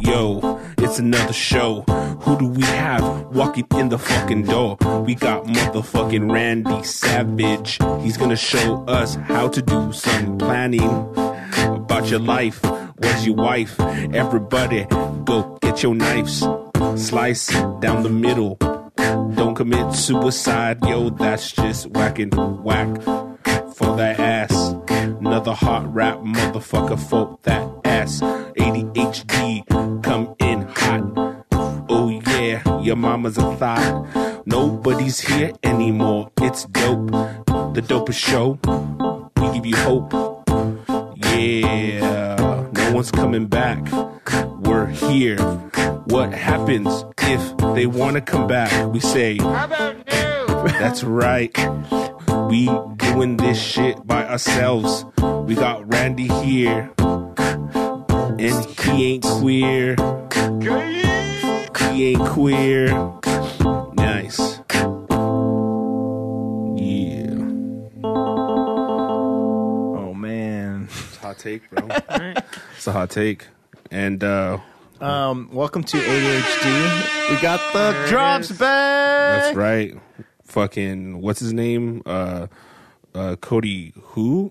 Yo, it's another show. Who do we have walking in the fucking door? We got motherfucking Randy Savage. He's gonna show us how to do some planning about your life. Where's your wife? Everybody, go get your knives. Slice down the middle. Don't commit suicide, yo, that's just whacking whack for that ass. Another hot rap motherfucker for that ass. ADHD, come in hot. Oh yeah, your mama's a thought. Nobody's here anymore, it's dope. The dopest show, we give you hope. Yeah, no one's coming back. We're here. What happens if they want to come back? We say, How about new? that's right. We doing this shit by ourselves. We got Randy here. And he ain't queer. He ain't queer. Nice. Yeah. Oh man, It's a hot take, bro. Alright. it's a hot take. And uh um, welcome to ADHD. We got the drops is. back. That's right. Fucking what's his name? Uh uh Cody who?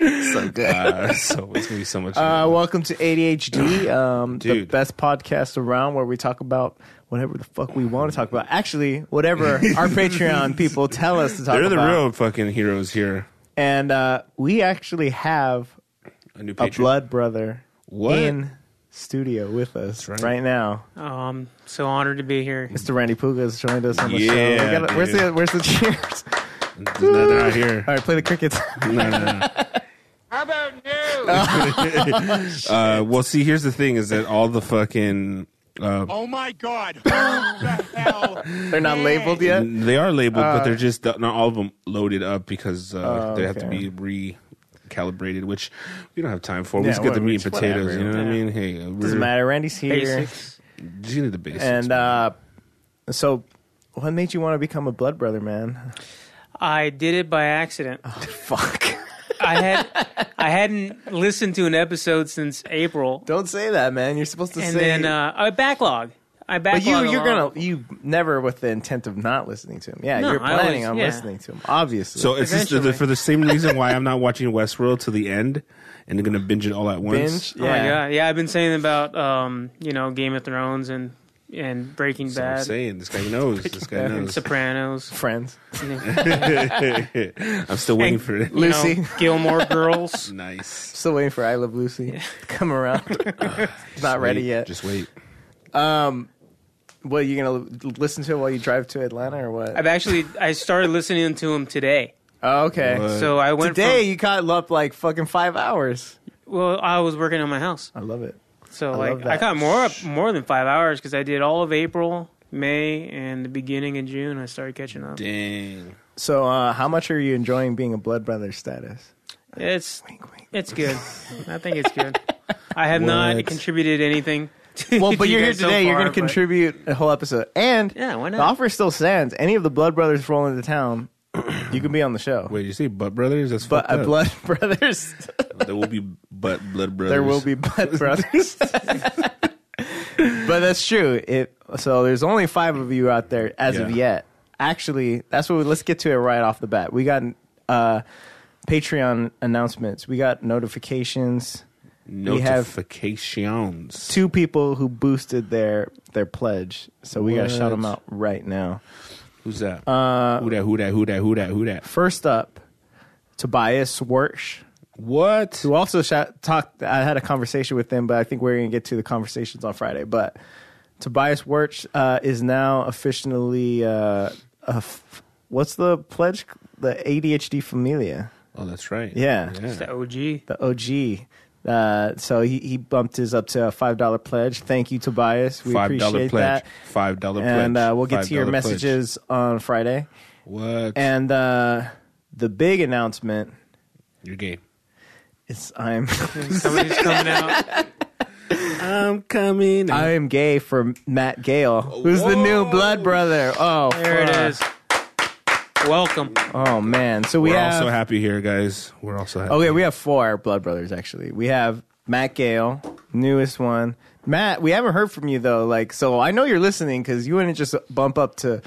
So good. Uh, so it's gonna be so much. Uh, welcome to ADHD, um, the Dude. best podcast around where we talk about whatever the fuck we want to talk about. Actually, whatever our Patreon people tell us to talk They're the about. real fucking heroes here. And uh, we actually have A new a Patreon. blood brother What? in studio with us right. Um, right. now. Oh, I'm so honored to be here. Mr. Randy Puga has joined us on the show. We Yeah, gotta- where's dude. the where's the cheers? There's nothing out here. All right, play the crickets. No, no, no. How about new? Uh, well, see, here's the thing: is that all the fucking uh, Oh my god! Who the hell? They're not labeled yet. they are labeled, but they're just not all of them loaded up because uh, Uh. Oh, they have to okay. be re. Calibrated, which we don't have time for. Yeah, we just get the whatever, meat and it's potatoes. whatever. You know what I Yeah. mean? Hey, uh, we're, Doesn't matter. Randy's here, Basics. Just need the basics. and uh, so what made you want to become a blood brother, man? I did it by accident. Fuck! I had I hadn't listened to an episode since April, Don't say that, man. You're supposed to and say. then uh, I backlog. I backlog. but you, a you're lot. Oh gonna, you never with the intent of not listening to him. Yeah, No, you're I always- planning on yeah. listening to him, obviously. so it's just the, eventually- for the same reason why I'm not watching Westworld to the end, and I'm gonna binge it all at once. binge, Oh my god! Yeah, I've been saying about um, you know Game of Thrones and and Breaking So I'm Bad saying this guy knows. This guy Bad. and knows. Sopranos. friends. I'm still waiting for it. You know, Lucy. Gilmore Girls. Nice. Still waiting for I Love Lucy to come around. It's not ready Wait, yet. Just wait. what you gonna l- listen to it while you drive to Atlanta or what? I've actually I started listening to them today. oh, okay. What? So I went Today you caught up like fucking five hours. From, well, I was working on my house, I love it. so I love like that. I got more up more than five hours because I did all of April, May, and the beginning of June. I started catching up. Dang. So uh, how much are you enjoying being a blood brother status? It's Wink, wink. it's good. I think it's good. I have not What? contributed anything. to Well, but you you're here guys so today. you're far, going to but- contribute a whole episode, and Yeah, why not? the offer still stands. Any of the blood brothers roll into town, you can be on the show. Wait, you see Butt Brothers? That's but fucked uh, up. blood brothers, There will be Butt Blood Brothers. there will be blood brothers. but that's true. It so there's only five of you out there as of Yeah. yet. Actually, that's what. We, let's get to it right off the bat. We got uh, Patreon announcements. We got notifications. we have- notifications. Two people who boosted their their pledge, so we got to shout What? them out right now. Who's that? Uh, who that? Who that? Who that? Who that? Who that? First up, Tobias Wersch, What? who also shot, talked. I had a conversation with him, but I think we're going to get to the conversations on Friday. But Tobias Wersch uh, is now officially uh, a f- what's the pledge? The ADHD Familia, Oh, that's right. Yeah. It's the OG. the OG. Uh, so he, he bumped his up to a five dollar pledge. Thank you, Tobias. We Five dollar appreciate pledge. that. Five dollar pledge. And uh, we'll get to your $5 pledge. messages on Friday. What? And uh, the big announcement You're gay. is I'm. Somebody's coming out. I'm coming. I am gay for Matt Gale, who's the new Whoa. blood brother. Oh, There it fuck. is. Welcome. Oh man. So we We're have also happy here, guys. We're also happy. Okay, we have four blood brothers actually. We have Matt Gale, newest one. Matt, we haven't heard from you though. Like, so I know you're listening because you wouldn't just bump up to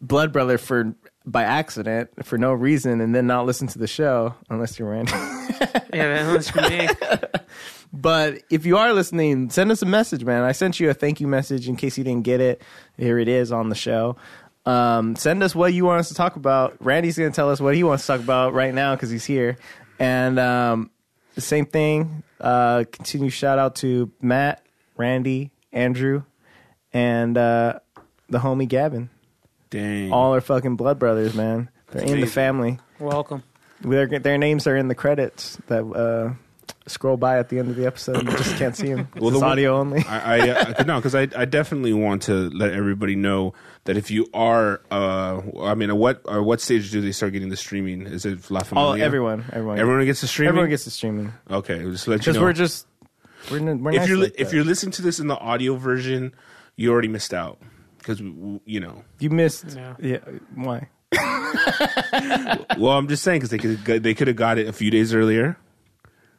blood brother for by accident for no reason and then not listen to the show unless you're Randy. Yeah, man, that's for me. but if you are listening, send us a message, man. I sent you a thank you message in case you didn't get it. Here it is on the show. Um, send us what you want us to talk about. Randy's going to tell us what he wants to talk about right now because he's here. And um, the same thing. Uh, continue shout out to Matt, Randy, Andrew, and uh, the homie Gavin. Dang. All our fucking blood brothers, man. They're in the amazing. family. Welcome. Their, their names are in the credits that uh, scroll by at the end of the episode. You just can't see them. Well, it's the one- audio only. I, I, uh, no, because I, I definitely want to let everybody know that if you are, uh, I mean, at what at what stage do they start getting the streaming? Is it La All, Familia? everyone, everyone, Oh, Everyone gets the streaming. everyone gets the streaming Okay, just to let you because know. we're just we're, n- we're if nice you're li- like if that. you're listening to this in the audio version, you already missed out because you know. you missed Yeah. yeah why Well, I'm just saying because they could they could have got it a few days earlier,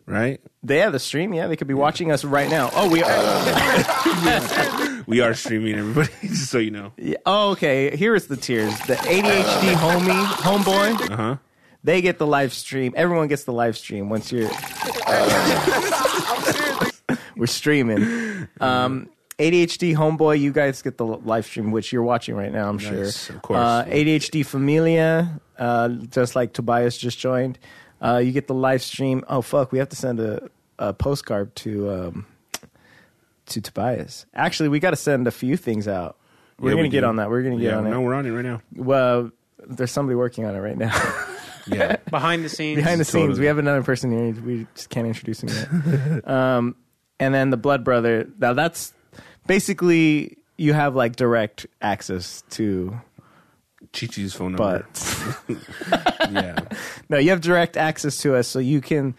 right? they have the stream yeah they could be watching us right now oh we are We are streaming everybody, just so you know. yeah, oh okay here is the tiers the ADHD homie homeboy Uh huh. they get the live stream everyone gets the live stream once you're uh, we're streaming. Um, ADHD homeboy, you guys get the li- live stream, which you're watching right now, I'm Nice, sure. of course. Uh, ADHD familia, uh, just like Tobias just joined. Uh, you get the live stream. Oh fuck, we have to send a, a postcard to um, to Tobias. Actually, we got to send a few things out. We're Yeah, gonna we get do. on that. We're gonna get yeah, on no, it. we're on it right now. Well, there's somebody working on it right now. Yeah. Behind the scenes. behind the scenes. Totally. We have another person here. We just can't introduce him yet. um, and then the blood brother. Now that's basically you have like direct access to Chi-Chi's phone number. butts. yeah. no, you have direct access to us, so you can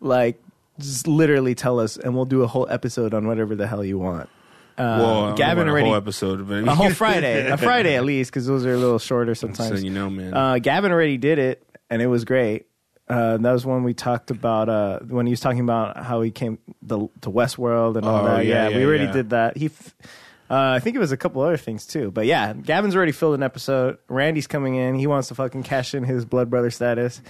like just literally tell us, and we'll do a whole episode on whatever the hell you want. well, I Gavin Gavin already already- a whole episode, but A whole Friday, a Friday at least, because those are a little shorter so sometimes. you know, man. Uh, Gavin already did it, and it was great. Uh, that was when we talked about uh, when he was talking about how he came the, to Westworld and all Oh, that. yeah, Yeah, we yeah, already yeah. did that. He, f- uh, I think it was a couple other things too. But yeah, Gavin's already filled an episode. Randy's coming in. He wants to fucking cash in his blood brother status.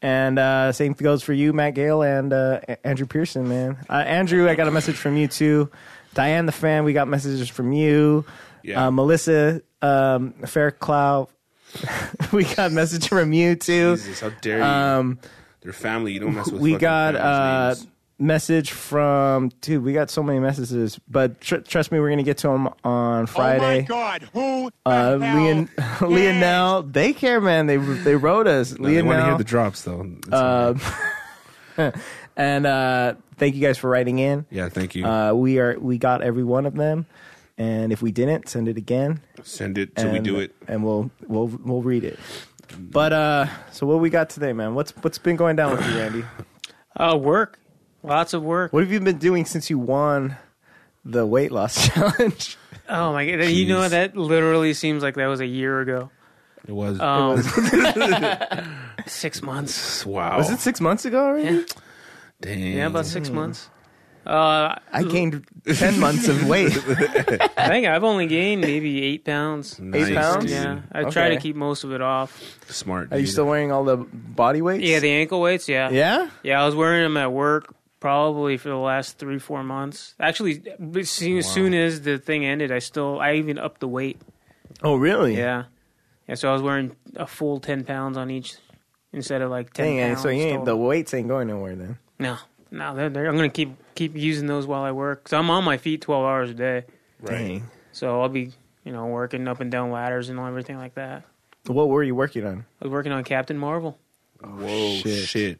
And uh, same goes for you, Matt Gale and uh, A- Andrew Pearson, man. Uh, Andrew, I got a message from you too. Diane the fan, we got messages from you. Yeah. Uh, Melissa, um, Fairclough, we got a message from you too. Jesus, how dare you? Um, Their family, you don't mess with. we fucking got uh, families' names. message from dude. We got so many messages, but tr- trust me, we're gonna get to them on Oh my Friday. God! Who? The uh, hell? Leon, Lionel, they care, man. They they wrote us, They want to hear Lionel, the drops, though. It's Uh, okay. and uh, thank you guys for writing in. yeah, thank you. Uh, we are we got every one of them, and if we didn't, send it again. Send it till we and- do it. and we'll we'll we'll read it. But uh, so what we got today, man? What's what's been going down with you, Randy? Uh, work. Lots of work. What have you been doing since you won the weight loss challenge? Oh my god! You know Jeez. that literally seems like that was a year ago. It was Um, six months. wow. Was it six months ago already? Yeah, Damn. yeah, about six months. Uh, I gained ten months of weight. I think I've only gained maybe eight pounds. Nice, Eight pounds? dude. Yeah, I try to Okay. keep most of it off. Smart. Are you dude. still wearing all the body weights? Yeah, the ankle weights. Yeah, yeah. yeah. I was wearing them at work probably for the last three, four months. Actually, as soon, as soon as the thing ended, I still I even upped the weight. Oh really? Yeah, yeah. So I was wearing a full ten pounds on each instead of like ten. Dang, and pounds so you ain't, total. the weights ain't going nowhere then. No, no, they're, they're, I'm gonna keep keep using those while I work. Cause I'm on my feet 12 hours a day, Right. Dang. so I'll be you know working up and down ladders and everything like that. What were you working on? I was working on Captain Marvel. Whoa, Oh, shit. Shit.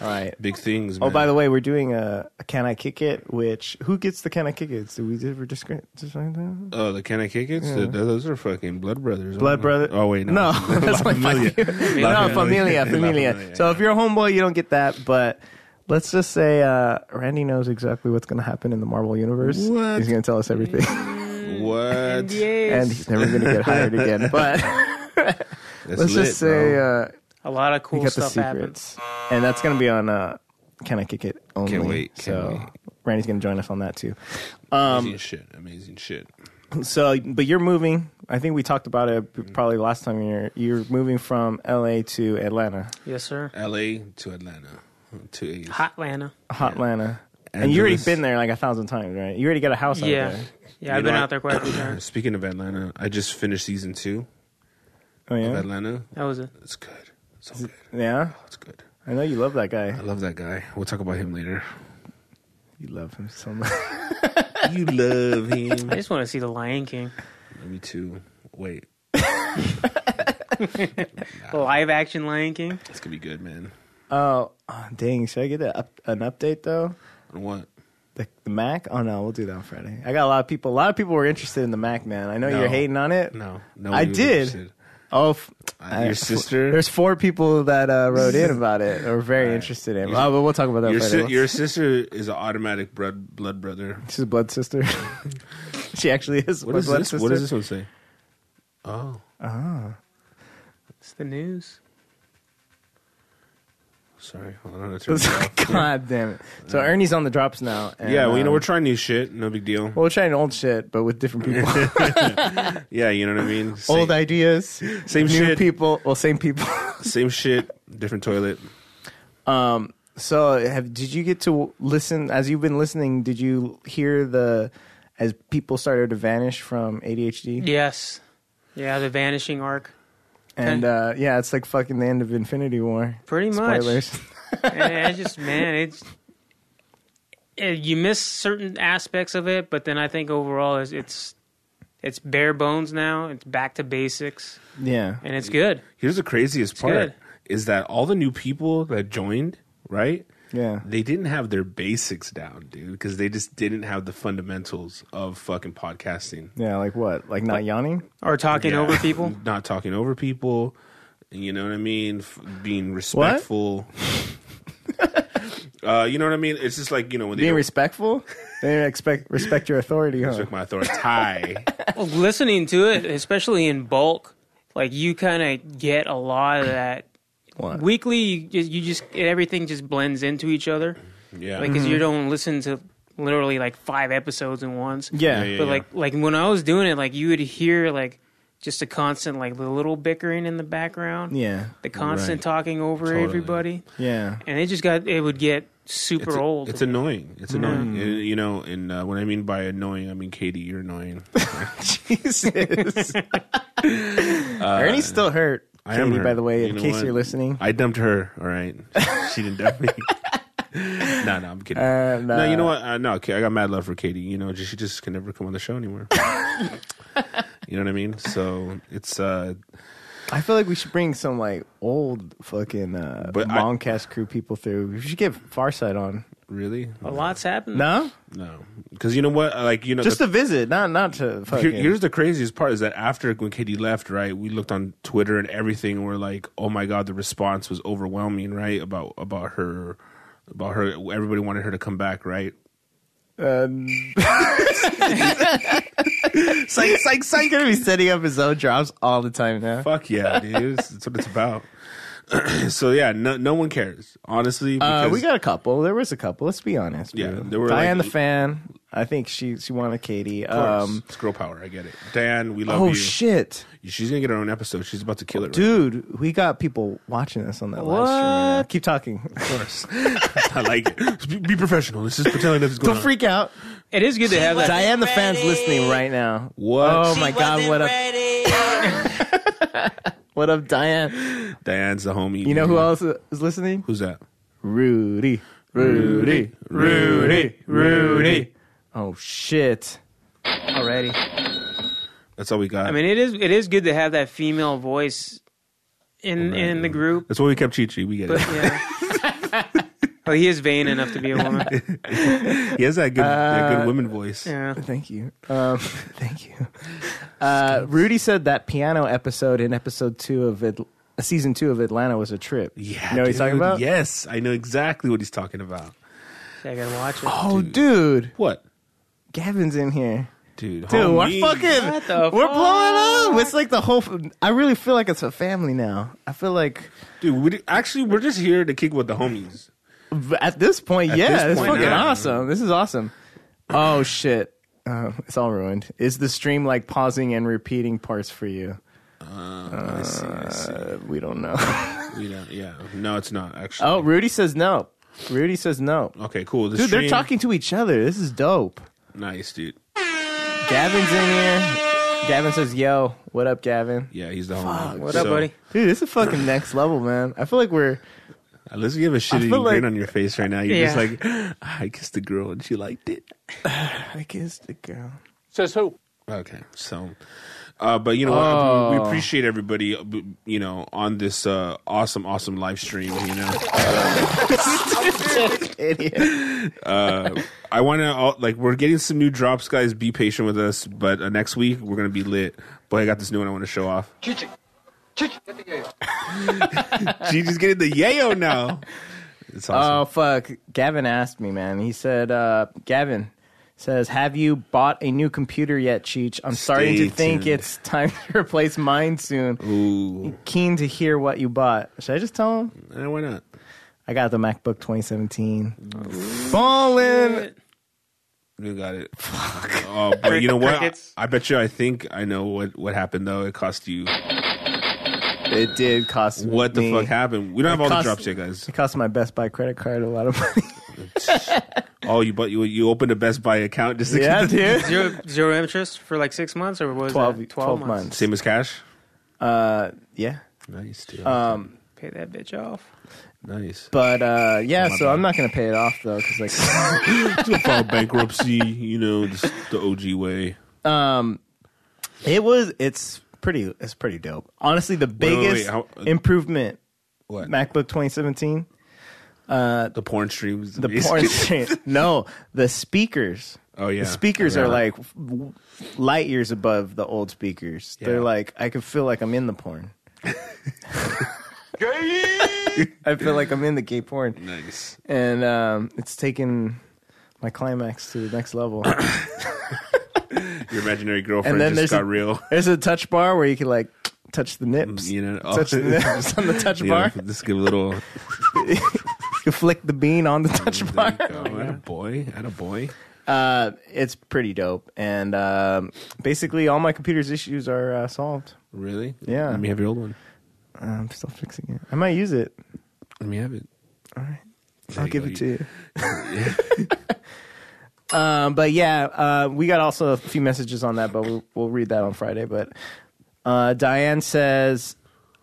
All right. Big things, man. Oh, by the way, we're doing a, a Can I Kick It, which who gets the Can I Kick It? Did we ever discuss that? Oh, the Can I Kick It? The- those are fucking Blood Brothers. Blood brother. Oh, wait, no. no, that's my Familia. familia. La no, familia, Familia. La Familia, familia. So yeah. if you're a homeboy, you don't get that. But let's just say uh, Randy knows exactly what's going to happen in the Marvel universe. What? He's going to tell us everything, What? Yes. and he's never going to get hired again. But That's Let's lit, just say bro. uh, A lot of we cool got the stuff happens. secrets, and that's gonna be on. Uh, Can I kick it? Only. Can't wait, can't so wait. Randy's gonna join us on that too. uh, um, amazing shit. Amazing shit. So, but you're moving. I think we talked about it probably last time. You're you're moving from L.A. to Atlanta, Yes, sir. L.A. to Atlanta. Two A's. Hot Atlanta. hot Atlanta, and you already Angeles. been there like a thousand times, right? You already got a house out Yeah. there. Yeah, I've You know, been I- out there quite a few times. Uh, Speaking of Atlanta, I just finished season two Oh of yeah, Atlanta. That was it. It's good. It's all good. yeah. It's good. I know you love that guy. I love that guy. We'll talk about him later. You love him so much. You love him. I just want to see the Lion King, Me too. Wait, the live action Lion King. it's gonna be good, man. oh, oh, dang! Should I get that up, an update though? On what? The, the Mac? Oh no, we'll do that on Friday. I got a lot of people. A lot of people were interested in the Mac, man. I know No. you're hating on it. No, no. I we were did. interested. Oh, f- Uh, I- your sister? There's four people that uh, wrote in about it or very interested in. it. Oh, but we'll talk about that. Your, Friday. si- your sister is an automatic blood blood brother. She's a blood sister. she actually is. What my is blood this? Sister. What does this one say? Oh, It's the news. sorry. Hold on, I turned it off. God damn it! So Ernie's on the drops now. And, Yeah, well, you know um, we're trying new shit. No big deal. well, we're trying old shit, but with different people, Yeah, you know what I mean. Same, old ideas, same new shit. people. Well, same people. same shit, different toilet. Um, so, have, did you get to listen? As you've been listening, did you hear the as people started to vanish from ADHD? Yes. Yeah, the vanishing arc. And uh, yeah, it's like fucking the end of Infinity War. Pretty much. Spoilers. and I just man, it's eh, you miss certain aspects of it, but then I think overall it's it's, it's bare bones now. It's back to basics, yeah. and it's good. Here's the craziest part good. is that all the new people that joined, right? Yeah. They didn't have their basics down, dude, because they just didn't have the fundamentals of fucking podcasting. Yeah, like what? Like not yawning? Or talking Yeah. over people. not talking over people. You know what I mean? F- being respectful. uh, you know what I mean? It's just like you know when they Being don't respectful? They didn't expect respect your authority, huh? respect my authority. Hi. Well, listening to it, especially in bulk, like you kind of get a lot of that. What? Weekly, you just, you just everything just blends into each other. Yeah. Like, because you don't listen to literally like five episodes in once. yeah. Yeah, but like like when I was doing it, like you would hear like just a constant like the little bickering in the background. Yeah. The constant Right. talking over Totally. everybody. Yeah. And it just got it would get super it's, old. it's annoying. It's Hmm. annoying. Uh, you know, and uh, when I mean by annoying, I mean Katie, you're annoying. Jesus. Ernie's still hurt. Uh, I am Katie, her. by the way, You in know case what? you're listening. I dumped her. All right, she didn't dump me. no, no, I'm kidding. Uh, No, nah. you know what? Uh, no, Ka- I got mad love for Katie. You know, she just can never come on the show anymore. you know what I mean? So it's uh, I feel like we should bring some like old fucking uh But I- Moncast crew people through. We should get Farsight on. really a lot's happened. No? no, because you know what? Uh, Like you know, Just Mm. the, a visit, not not to here- fucking here's the craziest part is that after when Katie left, right, we looked on Twitter and everything. And we're like, oh my god, the response was overwhelming, right? About about her, about her. Everybody wanted her to come back, right? um, It's like, it's like, it's like gonna be setting up his own drops all the time now. Fuck yeah, dude. That's that's what it's about. so yeah, no, no one cares honestly. Uh, Because we got a couple. There was a couple. Let's be honest. Yeah, bro. there were, Diane like- e the fan. I think she she wanted Katie. of course, Um, it's girl power. I get it. Dan, we love oh you. shit, She's gonna get her own episode. She's about to kill it. dude, we got people watching us on that live stream. Right now. Keep talking. right? Of course. I like it. Be, be professional. This is pretending that's going Don't on. freak out. It is good to have that. Diane the fan's listening right now. What? Oh She my god, what up? what up, Diane? Diane's the homie. You know who else is listening? Who's that? Rudy. Rudy. Rudy. Rudy. Oh shit. Already. That's all we got. I mean it is it is good to have that female voice in in the group. that's why we kept Chi Chi. We get But it. yeah. oh, he is vain enough to be a woman. He has that good, that Uh, good women voice. Yeah. Thank you. Um, thank you. Uh, Rudy said that piano episode in episode two of Atl- uh, season two of Atlanta was a trip. Yeah, you know what he's talking dude. about? Yes, I know exactly what he's talking about. I gotta watch it. Oh, dude, What? Gavin's in here. dude. Dude, homie. we're fucking, What the we're fuck? blowing up. It's like the whole. I really feel like it's a family now. I feel like dude. We di- actually we're just here to kick with the homies. at this point, yeah, this it's point, fucking yeah. awesome. This is awesome. Oh shit, uh, it's all ruined. Is the stream like pausing and repeating parts for you? I see. I see. Uh, we don't know. We don't, yeah. No, it's not actually. oh, Rudy says no. Rudy says no. Okay, cool. The Oh. Dude, stream, they're talking to each other. This is dope. Nice, dude. Gavin's in here. Gavin says, "Yo, what up, Gavin?" Yeah, he's the homie. What up, So, buddy? Dude, this is fucking next level, man. I feel like we're Let's give a shitty feel grin like- on your face right now. You're just Yeah. like, "Ah, I kissed the girl and she liked it. I kissed a girl. Says who? Okay, so, uh, but you know what? We we appreciate everybody, uh, b- you know, on this uh, awesome, awesome live stream. You know, Idiot. uh, I want to like we're getting some new drops, guys. Be patient with us, but uh, next week we're gonna be lit. Boy, I got this new one I want to show off. Gigi's getting the yayo now. It's Oh awesome. fuck. Gavin asked me, man. He said, uh, Gavin says, Have you bought a new computer yet, Cheech? I'm starting Stay to think tuned. it's time to replace mine soon. Ooh, Keen to hear what you bought. Should I just tell him? Eh, why not? I got the MacBook 2017. Fallen. You got it. Oh, but you know what? I, Crickets. I bet you. I think I know what what happened though. It cost you. It did cost What the me- fuck happened? We don't have all cost- the drops yet, guys. It cost my Best Buy credit card a lot of money. Oh, you but you you opened a Best Buy account just to yeah, get the, dude. Zero, zero interest for like six months, or what was 12, that? 12 months. same as cash. Uh, yeah. Nice, dude. Um, Pay that bitch off. nice. but uh, yeah, Oh, so I'm not gonna pay it off though, because like. File bankruptcy, you know, just the OG way. Um, it was. It's pretty. It's pretty dope. Honestly, the wait, wait, biggest how- uh, improvement. What? MacBook 2017. the porn streams. The porn stream. No, the speakers. Oh, yeah. The speakers Yeah. are like w- light years above the old speakers. Yeah. They're like I can feel like I'm in the porn. I feel like I'm in the gay porn, Nice. and um, it's taken my climax to the next level. Your imaginary girlfriend And then just there's got a- real. There's a touch bar where you can like touch the nips, You know, oh, touch the nips on the touch you know, bar. just give a little. You flick the bean on the touch Oh, There bar. you go. At a boy, at a boy. Uh, it's pretty dope, and um, basically all my computer's issues are uh, solved. Really? Yeah. Let me have your old one. Uh, I'm still fixing it. I might use it. Let me have it. I'll you give go. it to you. um, but yeah, uh, we got also a few messages on that, but we'll, we'll read that on Friday. But uh, Diane says,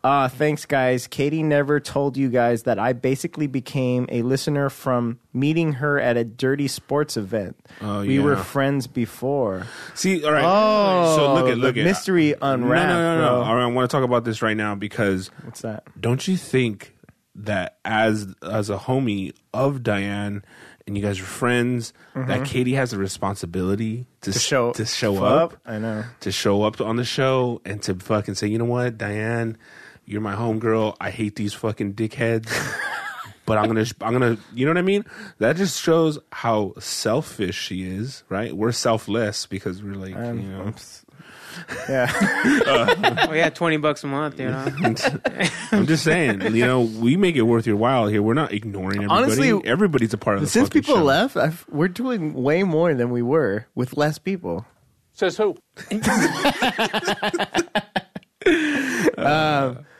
"Ah, thanks guys. Katie never told you guys that I basically became a listener from meeting her at a dirty sports event. Oh, we were yeah. friends before. See, all right. Oh, so look at the look at mystery unwrapped. No, no, no, no. bro. All right, I want to talk about this right now because What's that? don't you think that as as a homie of Diane and you guys are friends, that Katie has a responsibility to, s- Mm-hmm. show- to show Fuck, up, I know. to show up on the show, and to fucking say, you know what, Diane, you're my homegirl. I hate these fucking dickheads. But I'm gonna, I'm gonna, you know what I mean? That just shows how selfish she is, right? We're selfless because we're like, you know, Yeah, Oh yeah, twenty bucks a month. You know, I'm just saying, you know, we make it worth your while here. We're not ignoring everybody. Honestly, everybody's a part of the since fucking people show. left, I've, we're doing way more than we were with less people." Says who?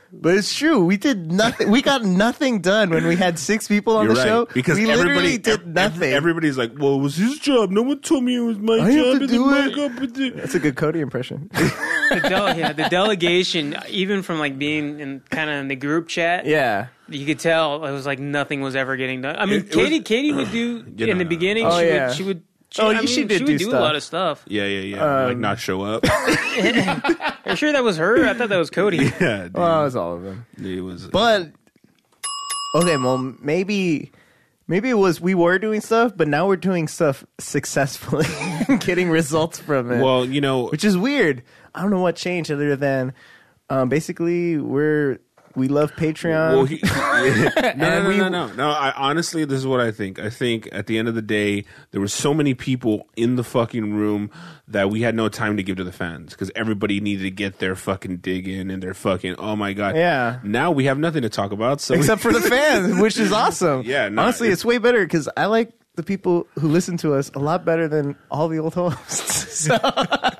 But it's true. We did nothing. We got nothing done when we had six people on You're the right show because we everybody literally did ev- ev- nothing. everybody's like, "Well, it was his job. No one told me it was my I have job." to and do then it. back up and do- That's a good Cody impression. the, del- yeah, the delegation, even from like being in kind of in the group chat, yeah. you could tell it was like nothing was ever getting done. I mean, It- it was- Katie, Katie would do Yeah, no, in the no. beginning. Oh, she, yeah. would, she would. She, Oh, I mean, she did she do would do a lot stuff. of stuff. Yeah, yeah, yeah. Um, like not show up. I'm sure that was her. I thought that was Cody. yeah, dude, Well, it was all of them. it was. But okay, well, maybe maybe it was we were doing stuff, but now we're doing stuff successfully, and getting results from it. well, you know, which is weird. I don't know what changed other than um, basically we're We love Patreon. Well, he, no, no, no, we- no, no, no. I honestly, this is what I think. I think at the end of the day, there were so many people in the fucking room that we had no time to give to the fans because everybody needed to get their fucking dig in and their fucking oh my god. Yeah. Now we have nothing to talk about. So except for the fans, which is awesome. Yeah, no, honestly, it's- it's, way better because I like the people who listen to us a lot better than all the old hosts, So-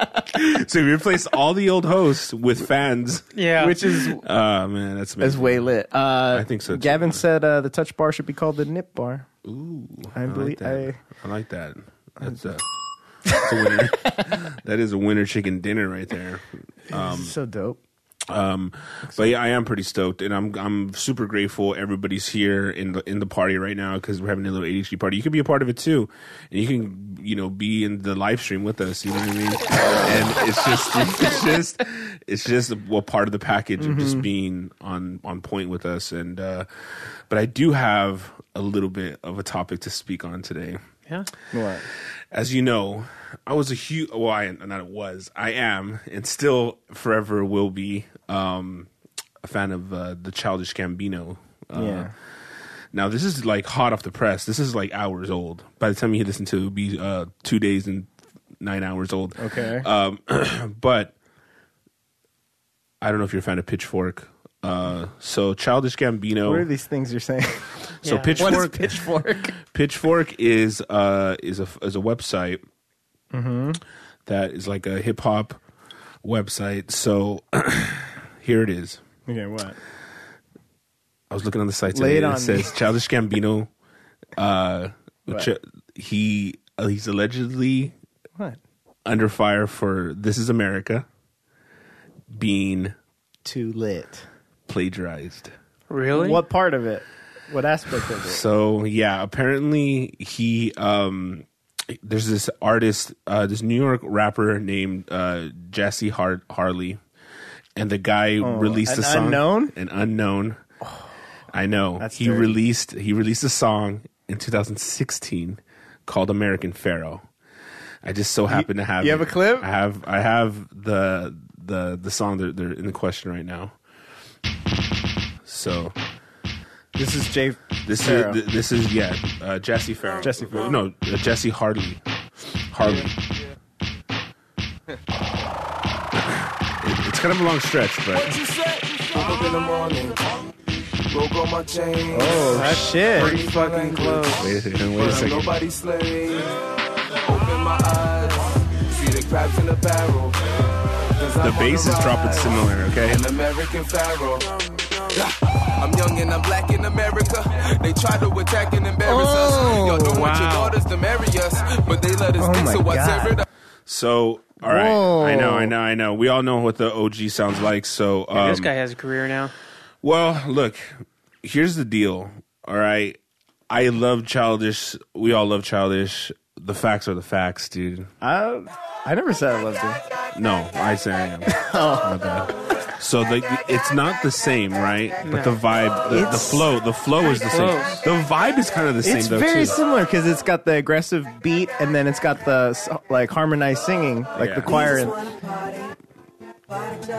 so we replaced all the old hosts with fans. Yeah. which is Oh man, that's is amazing. way lit. Uh, I think so, too. Gavin said uh, the touch bar should be called the nip bar. Ooh, I like believe- that. I- I like that. That's a, that's a winner. that is a winner chicken dinner right there. so dope. Um, but yeah, I am pretty stoked, and I'm I'm super grateful everybody's here in the in the party right now because we're having a little ADHD party. You can be a part of it too, and you can you know be in the live stream with us. You know what I mean? and it's just it's just it's just a part of the package of just being on on point with us. And uh, but I do have a little bit of a topic to speak on today yeah. What? as you know, I was a huge. Well, I not it was. I am, and still forever will be um, a fan of uh, the Childish Gambino. Uh, Yeah. Now this is like hot off the press. This is like hours old. By the time you listen to it, it'll be uh, two days and nine hours old. Okay. Um, but I don't know if you're a fan of Pitchfork. Uh, so Childish Gambino. What are these things you're saying? So Yeah. Pitchfork. pitchfork? Pitchfork is uh is a is a website Mm-hmm. that is like a hip hop website. So here it is. okay, what? I was looking on the site today. Lay it and on it says me. Childish Gambino. Uh, which, uh, he uh, he's allegedly What? under fire for "This Is America" being Too lit. plagiarized. Really? What part of it? What aspect of it? So yeah, apparently he um there's this artist, uh this New York rapper named uh Jesse Har- Harley and the guy released Oh, an a song unknown? an unknown. I know. That's he dirty. released he released a song in 2016 called American Pharaoh. I just so happen to have you have it. a clip? I have I have the the the song that they're in the question right now. So This is Jay. this Farrow. is th- this is yeah, uh, Jesse Farrow. Jesse Farrow. No, uh, Jesse Harley. Harley. It- it's kind of a long stretch, but Woke up in the morning, broke all my chains. oh shit! Pretty fucking close. wait a second. Wait a I'm second. nobody's slave. Open my eyes, see the crabs in the barrel. 'Cause I'm The on bass is rise. dropping similar. Okay. An American pharaoh. Yeah. I'm young and I'm black in America. They try to attack and embarrass Oh, us. Y'all don't want your wow. daughters to marry us, but they let us Oh think, my so I God. tear it up. So all right. Whoa. I know. I know. I know. We all know what the OG sounds like. So um, this guy has a career now. Well, look, here's the deal. All right. I love childish. We all love childish. The facts are the facts, dude. I I never said I loved him. No, I say I am. My Oh. bad. So the, it's not the same, right? But the vibe, the, the It's flow, the flow is the same. close. The vibe is kind of the same It's though very too. similar because it's got the aggressive beat and then it's got the s- like harmonized singing, like Yeah. the choir. And,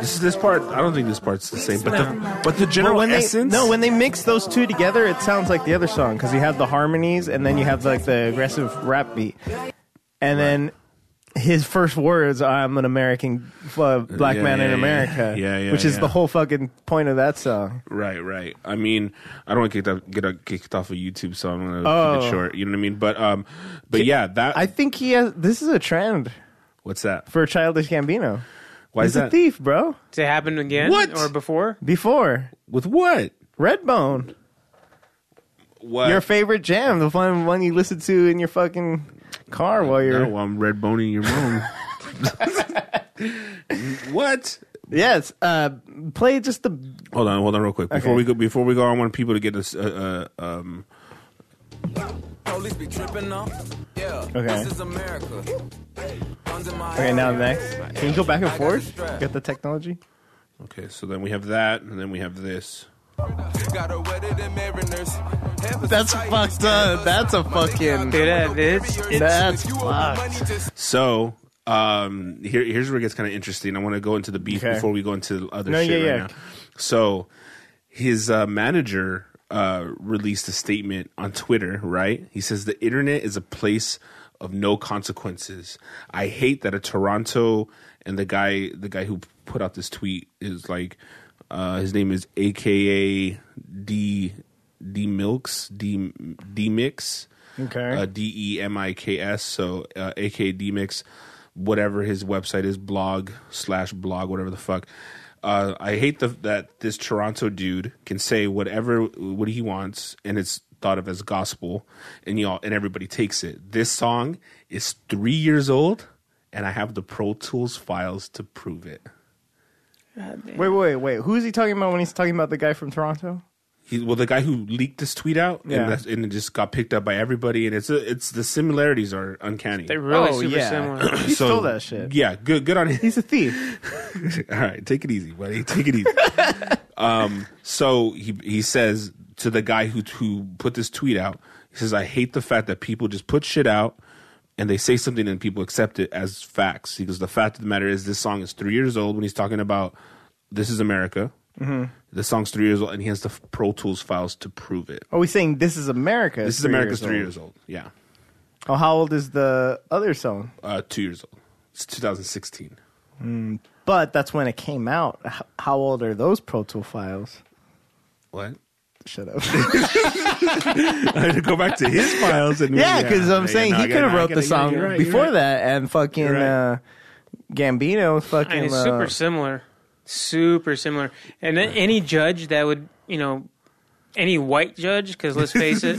this is this part. I don't think this part's the same, but the but the general But when essence. They, no, when they mix those two together, it sounds like the other song because you have the harmonies and then you have like the aggressive rap beat, and then his first words, "I'm an American uh, black Yeah, man in yeah, America," yeah. Yeah, yeah, which is yeah. the whole fucking point of that song. right, right. I mean, I don't want to get that, get uh, kicked off of YouTube, so I'm gonna keep it Oh. short. You know what I mean? But um, but yeah, that. I think he has. This is a trend what's that? for Childish Gambino. Why He's is that? a thief, bro. Does it happen again? What? Or before? Before With what? Redbone. What? your favorite jam, the fun one you listen to in your fucking car while you're. No, Oh, I'm red boning your mom. what? Yes, uh, play just the. Hold on, hold on, real quick before Okay. we go. Before we go, I want people to get this. Uh, uh, um, Police be tripping up. Yeah, Okay. this is America. Guns in my Okay, hand. now next. Can you go back and forth? Get the technology. okay, so then we have that, and then we have this. Got her wetter than mariners. Half of That's society fucked scandals. up. That's a My nigga, fucking- I'm Dude, going that to is- Caribbean. that's If you owe me fucked. money, just So um, here, here's where it gets kind of interesting. I want to go into the beef Okay. before we go into the other No, shit yeah, right yeah. now. So his uh, manager uh, released a statement on Twitter, right? He says, The internet is a place of no consequences. I hate that a Toronto and the guy the guy who put out this tweet is like uh, his name is AKA D D Milks D D Mix Okay. uh, D E M I K S. So uh, AKA D Mix, whatever his website is, blog slash blog, whatever the fuck. Uh, I hate the, that this Toronto dude can say whatever what he wants, and it's thought of as gospel, and y'all and everybody takes it. This song is three years old, and I have the Pro Tools files to prove it. wait, wait, wait. Who is he talking about when he's talking about the guy from Toronto? He, well, the guy who leaked this tweet out, Yeah. and, that's, and it just got picked up by everybody, and it's a, it's the similarities are uncanny. They're really Oh, super yeah. similar. He stole that shit. Yeah, good good on him. He's a thief. All right, take it easy, buddy. Take it easy. um, so he he says to the guy who who put this tweet out, he says, "I hate the fact that people just put shit out and they say something and people accept it as facts." He goes, "The fact of the matter is, this song is three years old." When he's talking about "This Is America," the song's three years old, and he has the f- Pro Tools files to prove it. Are we saying this is America? This is America's three years old. Yeah, Oh, how old is the other song? uh, two years old. It's 2016. But that's when it came out. H- How old are those Pro Tool files? What? Shut up. I had to go back to his files and yeah, because I'm Yeah, saying no, I he get- could have no, I wrote get the it. You're song right, you're before right. that, and fucking You're right. uh, Gambino fucking. I mean, it's uh, super similar, super similar. And then any judge that would, you know, any white judge, because let's face it,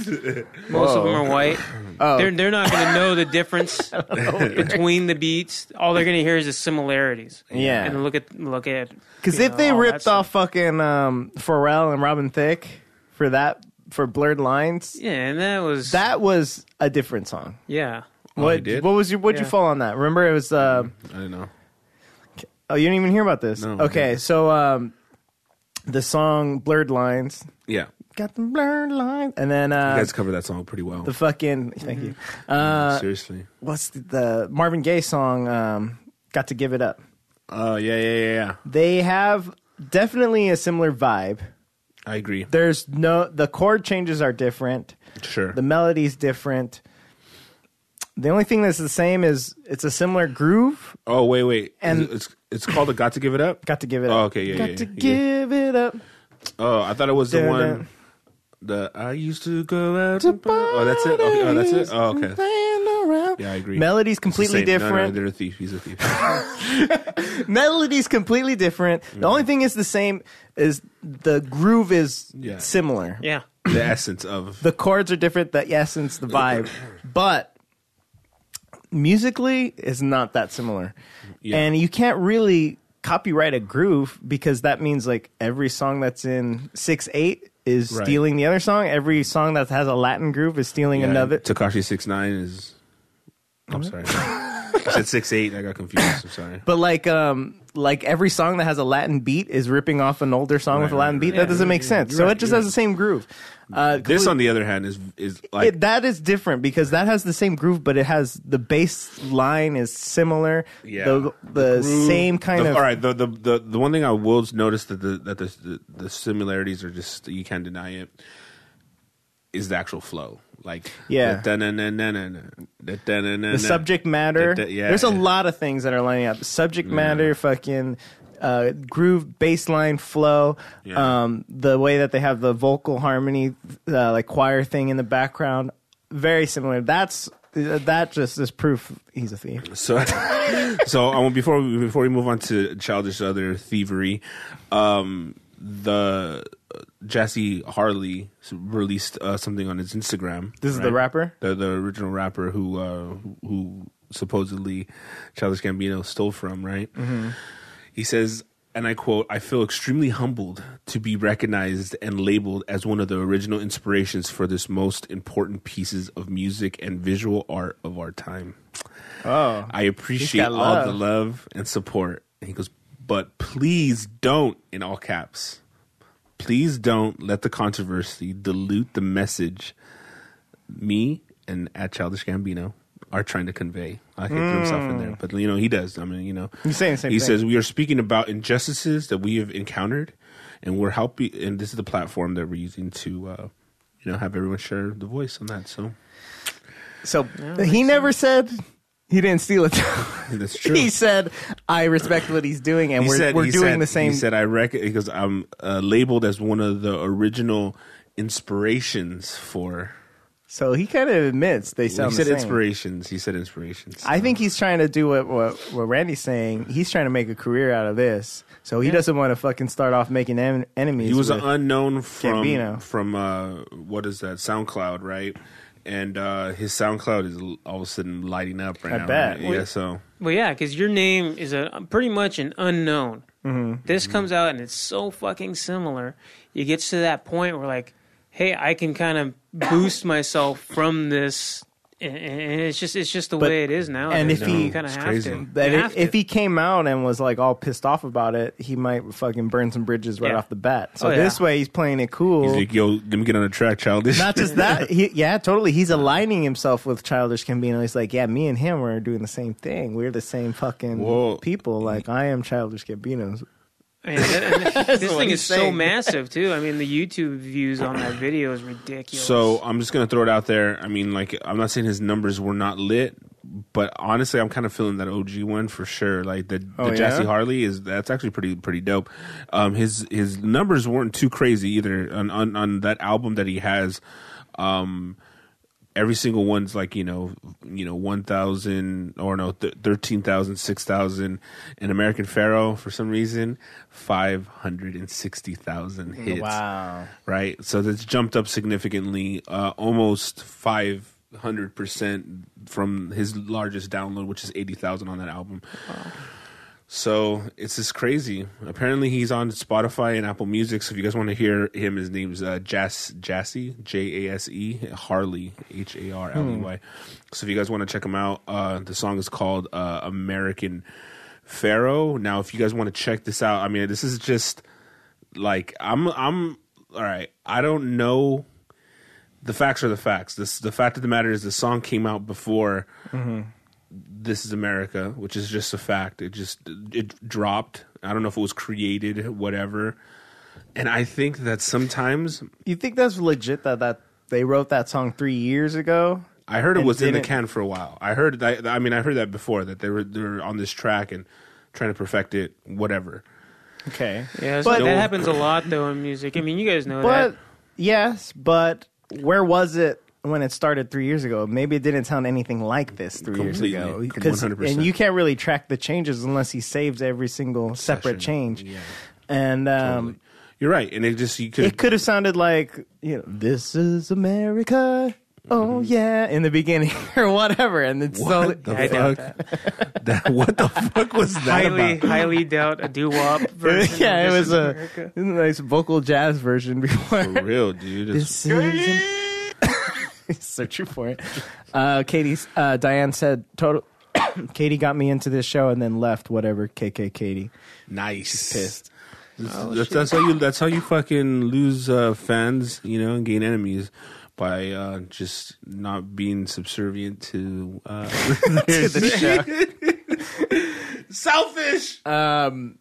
most of them Oh. are white. They're they're not going to know the difference between the beats. All they're going to hear is the similarities. Yeah. and look at look at Because you if know, they oh, all that ripped stuff. off fucking um, Pharrell and Robin Thicke for that for Blurred Lines, yeah, and that was that was a different song. yeah. Oh, he What did? what was your what'd you Yeah. fall on that? Remember it was. Uh, I don't know. oh, you didn't even hear about this. No. okay, so um, the song Blurred Lines Yeah. got the blurred lines, and then uh, You guys cover that song pretty well. the uh, fucking Mm-hmm. thank you. Seriously. What's the, the Marvin Gaye song? Um, got to give it up. Oh yeah, yeah, yeah, yeah. They have definitely a similar vibe. I agree. There's no the chord changes are different. Sure. The melody's different. The only thing that's the same is it's a similar groove. oh wait, wait. And- And it's it's called the "Got to Give It Up." Got to give it Oh, up. okay, yeah, Got yeah, to yeah. give it up. Oh, I thought it was the Dun, one. dun. The I used to go out. To oh, that's it. Okay, oh, that's it. Oh, okay. Yeah, I agree. Melody's It's the completely same. No, No, different. they're a thief. He's a thief. melody's completely different. Mm. The only thing is the same is the groove is Yeah. similar. Yeah, the essence of the chords are different, the essence, the vibe, but musically is not that similar. Yeah. And you can't really copyright a groove because that means like every song that's in six eight is Right. stealing the other song. Every song that has a Latin groove is stealing another. Takashi Six Nine is. I'm sorry. Mm-hmm. I said six eight. I got confused. I'm sorry. but like um like every song that has a Latin beat is ripping off an older song with a Right, right, Latin beat. right. that doesn't make sense. you're So right, it just you're has right. the same groove. Uh, This, on the other hand, is is like it, that is different because that has the same groove, but it has the bass line is similar. Yeah. the, the Groove. same kind The- of. All right. The, the the the one thing I will notice that the that the, the the similarities are just you can't deny it is the actual flow. Like Yeah. the da-na-na-na-na, the da-na-na-na. The subject matter. It- it- yeah, There's a it- lot of things that are lining up. Subject matter, fucking uh, groove, bass line, flow. Yeah. Um, the way that they have the vocal harmony, uh, like choir thing in the background, very similar. That's that just is proof he's a thief. So, so um, before we, before we move on to childish other thievery, um, the uh, Jesse Harley s- released uh, something on his Instagram. This is the rapper? the the original rapper who uh, who supposedly Childish Gambino stole from, right? Mm-hmm. He says, and I quote, I feel extremely humbled to be recognized and labeled as one of the original inspirations for this most important pieces of music and visual art of our time. Oh. I appreciate got all love. the love and support. And he goes, but please don't, in all caps, please don't let the controversy dilute the message me and at Childish Gambino are trying to convey. I think threw himself in there, but you know he does. I mean, you know, Mm. He's saying the same he thing. says we are speaking about injustices that we have encountered and we're helping. And this is the platform that we're using to, uh, you know, have everyone share the voice on that. So So he never said he didn't steal it. that's true. he said, "I respect what he's doing, and He we're, said- we're he doing said- the same." He said, "I reckon because I'm uh, labeled as one of the original inspirations for." so he kind of admits they He sound said the same. inspirations. He said inspirations. I think he's trying to do what, what what Randy's saying. He's trying to make a career out of this, so he doesn't want to fucking start off making en- enemies. he was with, an unknown from Gambino. from uh, what is that SoundCloud, right? And uh, his SoundCloud is l- all of a sudden lighting up right I now. bet. right? Yeah. So Well, yeah, because your name is a pretty much an unknown. Mm-hmm. This comes out and it's so fucking similar. It gets to that point where like, hey, I can kind of boost myself from this, and, and it's just it's just the way it is now. and if he- kind of It's have crazy. to, But You i- have to. if he came out and was like all pissed off about it, he might fucking burn some bridges right Yeah. off the bat. So Oh, yeah. this way, he's playing it cool. he's like, "Yo, let me get on the track, childish." Not just that, he, yeah, totally. He's aligning himself with Childish Gambino. He's like, yeah, me and him are doing the same thing. We're the same fucking Whoa. people. Like I am Childish Gambino. I mean, that- and this what thing he's is so saying. massive too. I mean, the YouTube views on that video is ridiculous. So I'm just gonna throw it out there. I mean, like I'm not saying his numbers were not lit, but honestly, I'm kind of feeling that OG one for sure. Like the, Oh, the yeah? Jassy Harley is that's actually pretty pretty dope. Um, his his numbers weren't too crazy either on on, on that album that he has. Um, every single one's like you know you know 1000 or no th- 13000 6000 and american pharaoh for some reason 560000 hits Wow. right? So that's jumped up significantly, uh, almost five hundred percent from his largest download, which is eighty thousand on that album. So it's just crazy. Apparently, he's on Spotify and Apple Music. So if you guys want to hear him, his name's uh, Jas Jassy J A S E Harley H A R L E Y. So if you guys want to check him out, uh, the song is called uh, American Pharaoh. Now, if you guys want to check this out, I mean, this is just like I'm I'm all right. I don't know. The facts are the facts. This the fact of the matter is the song came out before Mm-hmm. This is America, which is just a fact. It just it dropped. I don't know if it was created, whatever. And I think that sometimes You think that's legit that that they wrote that song three years ago? I heard it And was in the didn't- can for a while. I heard that. I mean, I heard that before that they were they were on this track and trying to perfect it, whatever. Okay. yeah, but- but, that happens a lot though in music. I mean, you guys know But that. yes, but where was it when it started three years ago? Maybe it didn't sound anything like this three Completely. years ago. Com- 'Cause- 100%. And you can't really track the changes unless he saves every single separate change. And um, You're right, and it just you could it could have sounded like you know, "This is America." Oh yeah, in the beginning or whatever, and it's so what the I doubt fuck? That- what the fuck was that highly, about? highly doubt a doo wop version. of yeah, it This was Is a, America. it was a nice vocal jazz version before. For real, dude. It's- This is searching for it. Uh, Katie, uh, Diane said, "Total." Katie got me into this show and then left. Whatever, KK Katie. nice. pissed. That's, that's, that's how you. That's how you fucking lose uh, fans, you know, and gain enemies by uh, just not being subservient to, uh, Selfish. Um,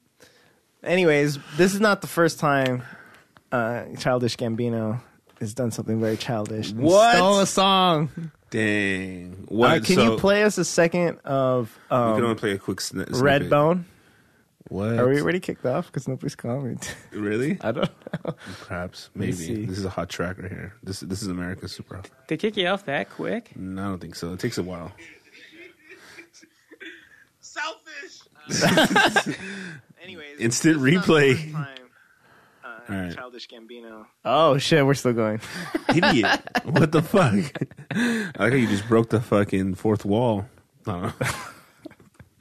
Anyways, this is not the first time uh, Childish Gambino has done something very childish. and What? stole a song? Dang. Uh, What? can so, you play us a second of We can um, only play a quick sn- snippet. Red Bone? What? Are we already kicked off? Because nobody's commented. Really? I don't know. Perhaps. see. Maybe. This is a hot track right here. This this is America's super. Hot. They kick you off that quick? No, I don't think so. It takes a while. Selfish. Anyways, Instant this is not the replay. first time, uh, All right. Childish Gambino. Oh shit, we're still going. idiot. what the fuck? I like how you just broke the fucking fourth wall. I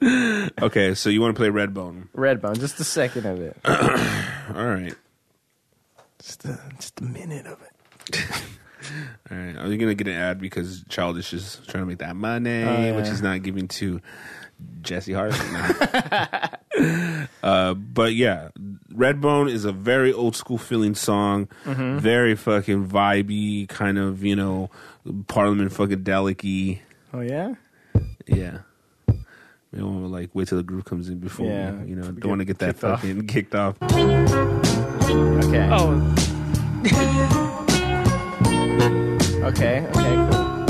don't know. okay, so you want to play Redbone. Red Bone, just a second of it. All right. Just a, just a minute of it. All right. Are you going to get an ad because Childish is trying to make that money, yeah. which he's not giving to Jesse Hart? No. uh, but yeah, Redbone is a very old school feeling song, very fucking vibey, kind of, you know, Parliament fucking delicy. Oh yeah. Yeah. We don't want to like wait till the group comes in before Yeah. we, you know, don't Get want to get that kicked off. fucking kicked off. Okay. Oh, Okay. Okay. Cool. All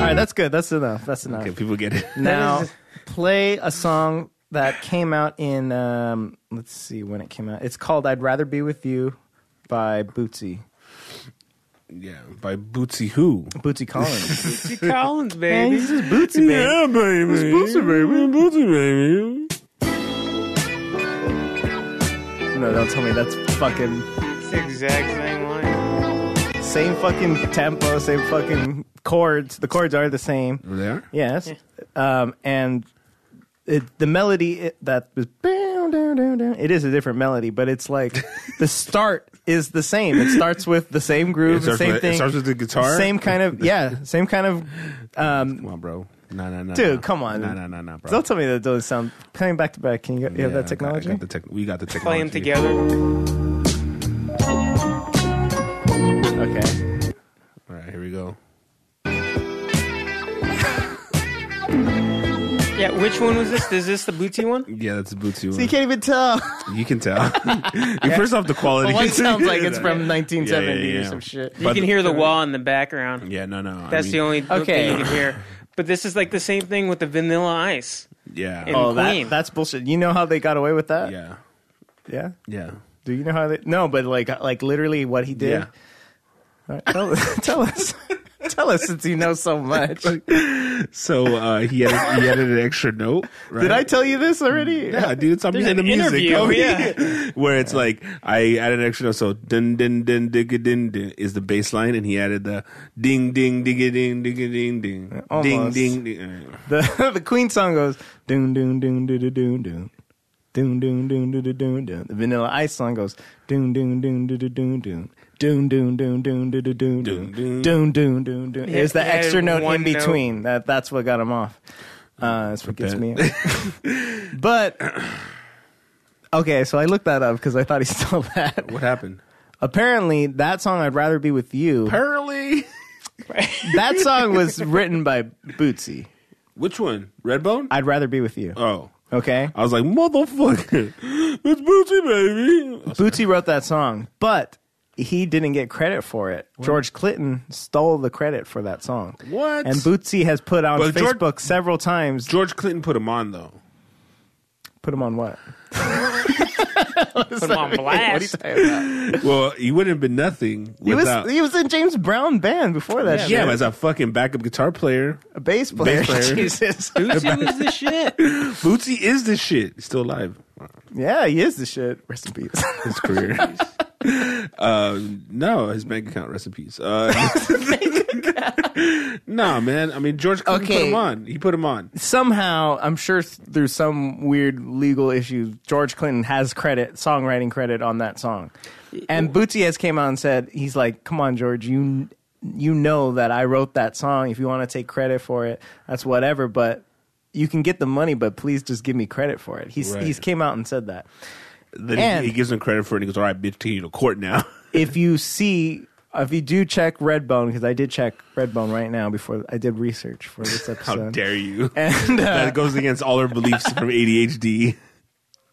right. That's good. That's enough. That's enough. Okay, people get it. Now play a song that came out in. Um, let's see when it came out. It's called "I'd Rather Be With You" by Bootsy. Yeah, by Bootsy Who. Bootsy Collins. Bootsy Collins, Man, baby. he's just Bootsy, man. baby. Bootsy baby. Bootsy baby. No, don't tell me that's fucking It's the exact same line. same fucking tempo, same fucking chords. The chords are the same. There. Yes. Um, and it, the melody it, that was down, down, down, down, it is a different melody, but it's like the start is the same. It starts with the same groove, the starts same with- it thing. starts with the guitar? Same kind of, yeah, same kind of. Um, Come on, bro. Nah, nah, nah. dude, nah. come on. Nah, nah, nah, nah, bro. Don't tell me that doesn't sound. Playing back to back, can you, you have Yeah, that technology? I got the tech- we got the technology. Play them together. okay. All right, here we go. Yeah, which one was this? Is this the Bootsy one? Yeah, that's a Bootsy You one. can't even tell. You can tell. First off, the quality. One sounds like it's from 1970 yeah, or yeah. some shit. You But- can hear the wall in the background. Yeah, no, no. I That's mean, the only Okay. thing you can hear. But this is like the same thing with the Vanilla Ice. Yeah. in Oh, that, Queen. that's bullshit. You know how they got away with that? yeah. Yeah. Yeah. Do you know how they? No, but like, like literally what he did. Yeah. All right, tell, tell us, tell us, since you know so much. Did So uh, he added, he added an extra note. Right? I tell you this already? Oh, Yeah, dude, it's something There's in the an music. interview, homie. yeah. Where it's like I added an extra note, so dun dun dun digga din din is the bass line and he added the ding ding digga ding digga ding ding. Ding Almost. ding ding. The the Queen song goes doon doon doon doo doo doon doon. Doon doon doon doo doo doon doon. The Vanilla Ice song goes doon doon doon doo doo doon doon. Doon doon doon doon doo doo doon Doon, doon. doon. Doon doon doon doon. It was the Yeah, extra added note in one note. between. That that's what got him off. Uh, that's what gets that- me. But okay, so I looked that up because I thought he stole that. What happened? Apparently, that song "I'd Rather Be with You" Pearly. that song was written by Bootsy. Which one? Redbone? "I'd Rather Be with You." oh. Okay, I was like, motherfucker, it's Bootsy, baby. Bootsy wrote that song, but he didn't get credit for it. George Clinton stole the credit for that song. What? And Bootsy has put on But George- Facebook several times. George Clinton put him on though. put him on what? Put them on blast. Well, he wouldn't have been nothing He was without. he was in James Brown band before that. shit. yeah, but as a fucking backup guitar player, a bass player. player. Jesus. Bootsy was the shit. Bootsy is the shit. He's still alive. yeah, he is the shit. Rest in peace. His career. uh, no, his bank account recipes. Uh, nah, man. I mean, George Clinton put Okay. him on. He put him on. somehow, I'm sure through some weird legal issue, George Clinton has credit, songwriting credit on that song. And Bootsy has came out and said, he's like, come on, George, you you know that I wrote that song. If you want to take credit for it, that's whatever. But you can get the money, but please just give me credit for it. He's Right. he's came out and said that. Then And- he, he gives him credit for it. and He goes, "All right, bitch, take you to court now." if you see if you do check Redbone, because I did check Redbone right now before I did research for this How episode. dare you? and uh, that goes against all our beliefs from ADHD.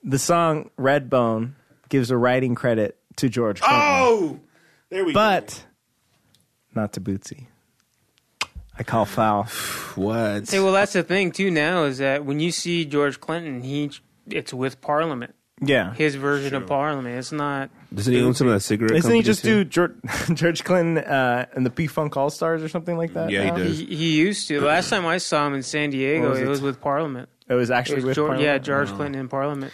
the song Redbone gives a writing credit to George Clinton, Oh, there we but not to Bootsy. I call foul. go. What? Hey, well, that's the thing too. Now is that when you see George Clinton, he it's with Parliament, Yeah. his version of Parliament. It's not. Doesn't he own some of that cigarette? Doesn't company he just too? do George, George Clinton uh, and the P Funk All Stars or something like that? Yeah, he now? does. He, he used to. Last time I saw him in San Diego, What was it it? was with Parliament. It was It actually was with George, yeah, Parliament? Oh. George Clinton in Parliament.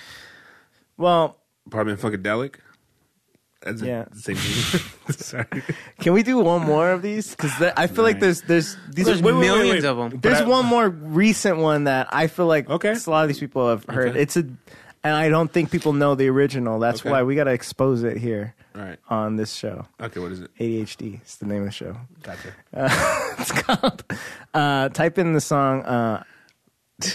Well, Probably in funkadelic. That's a- Yeah. the same thing. Sorry. can we do one more of these? Because I feel like there's there's these There's are wait, wait, wait, millions wait. of them. There's I- one more recent one that I feel like Okay. a lot of these people have heard. Okay. It's a, and I don't think people know the original. That's Okay. why we got to expose it here All right. on this show. Okay, what is it? ADHD is the name of the show. Gotcha. It's called. Uh, type in the song. Uh,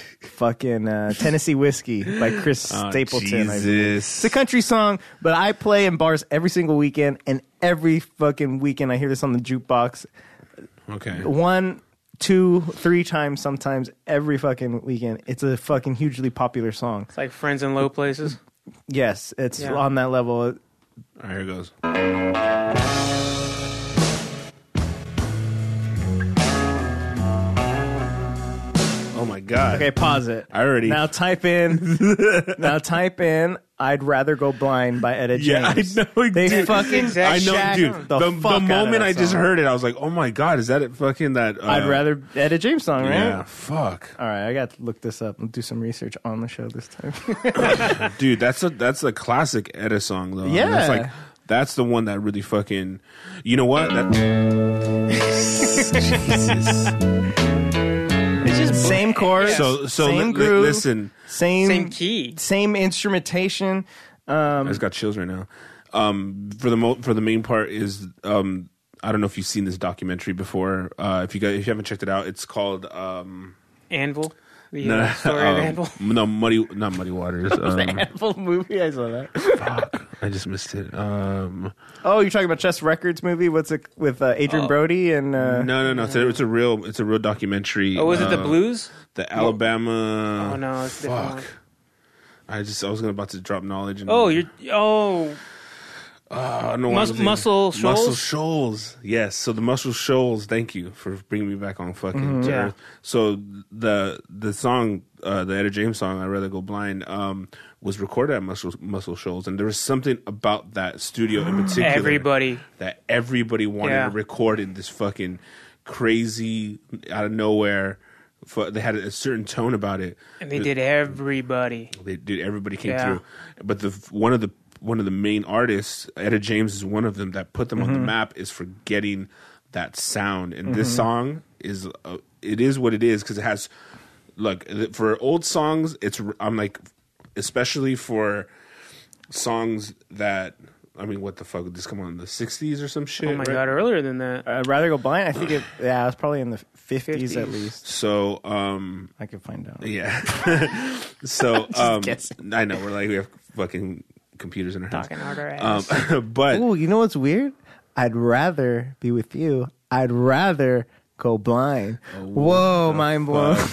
fucking uh, Tennessee Whiskey by Chris Stapleton. I- Oh, Jesus. It's a country song, but I play in bars every single weekend, and every fucking weekend I hear this on the jukebox Okay. one, two, three times sometimes every fucking weekend. It's a fucking hugely popular song. It's like Friends in Low Places. Yes, it's Yeah. on that level. All right, here goes. Oh my god. Okay, pause it. I already- now type in. now type in. I'd rather go blind by Etta Yeah, James. I know. They dude. fucking I know, shagged dude. The, The, the, fuck out of moment that I just song. heard it, I was like, "Oh my god, is that it? Fucking that?" Uh, I'd rather Etta James song, right? Yeah, fuck, All right, I got to look this up and do some research on the show this time. dude. That's a that's a classic Edda song though. Yeah. that's like that's the one that really fucking. You know what? That, it's just same chords, so so same li- li- groove, listen, same Same key. same instrumentation. I just got chills right now. Um, for the mo- for the main part is um, I don't know if you've seen this documentary before. Uh, if you guys if you haven't checked it out, it's called um, Anvil. The no, uh, story Oh. of Anvil. um, no muddy not muddy waters. Um, Apple movie, I saw that. I just missed it. Um, Oh, you're talking about Chess Records movie? What's it with uh, Adrian Brody and uh, No, no, no. It's a, it's a real, it's a real documentary. Oh, was it the Uh, blues? The Alabama. Oh no, it's a different. fuck. One. I just, I was gonna about to drop knowledge. And, Oh, you're oh I don't know why Mus- I was thinking- Muscle Shoals? Muscle Shoals. Yes. So the Muscle Shoals. Thank you for bringing me back on fucking. to Mm-hmm. Yeah. earth. So the the song, uh, the Etta James song, "I'd Rather Go Blind," um, was recorded at Muscle Muscle Shoals, and there was something about that studio in particular. everybody. that everybody wanted Yeah. to record in this fucking crazy out of nowhere. fu- They had a certain tone about it. And they did everybody. They did. Everybody came Yeah. through, but the one of the one of the main artists, Etta James, is one of them that put them on Mm-hmm. the map. Is for getting that sound, and this song is uh, it is what it is because it has look th- for old songs. It's r- I'm like especially for songs that. I mean, what the fuck? Did this come on in the '60s or some shit? Oh my right? god, earlier than that. I'd Rather Go Blind? I think it, yeah, it's probably in the 50s, at 50s. least. So, um, I can find out. yeah. so, um, guessing. I know we're like we have fucking computers in our house. Fucking hard our ass. Um, but Ooh, you know what's weird? I'd rather be with you. I'd rather go blind. Whoa, mind blown. all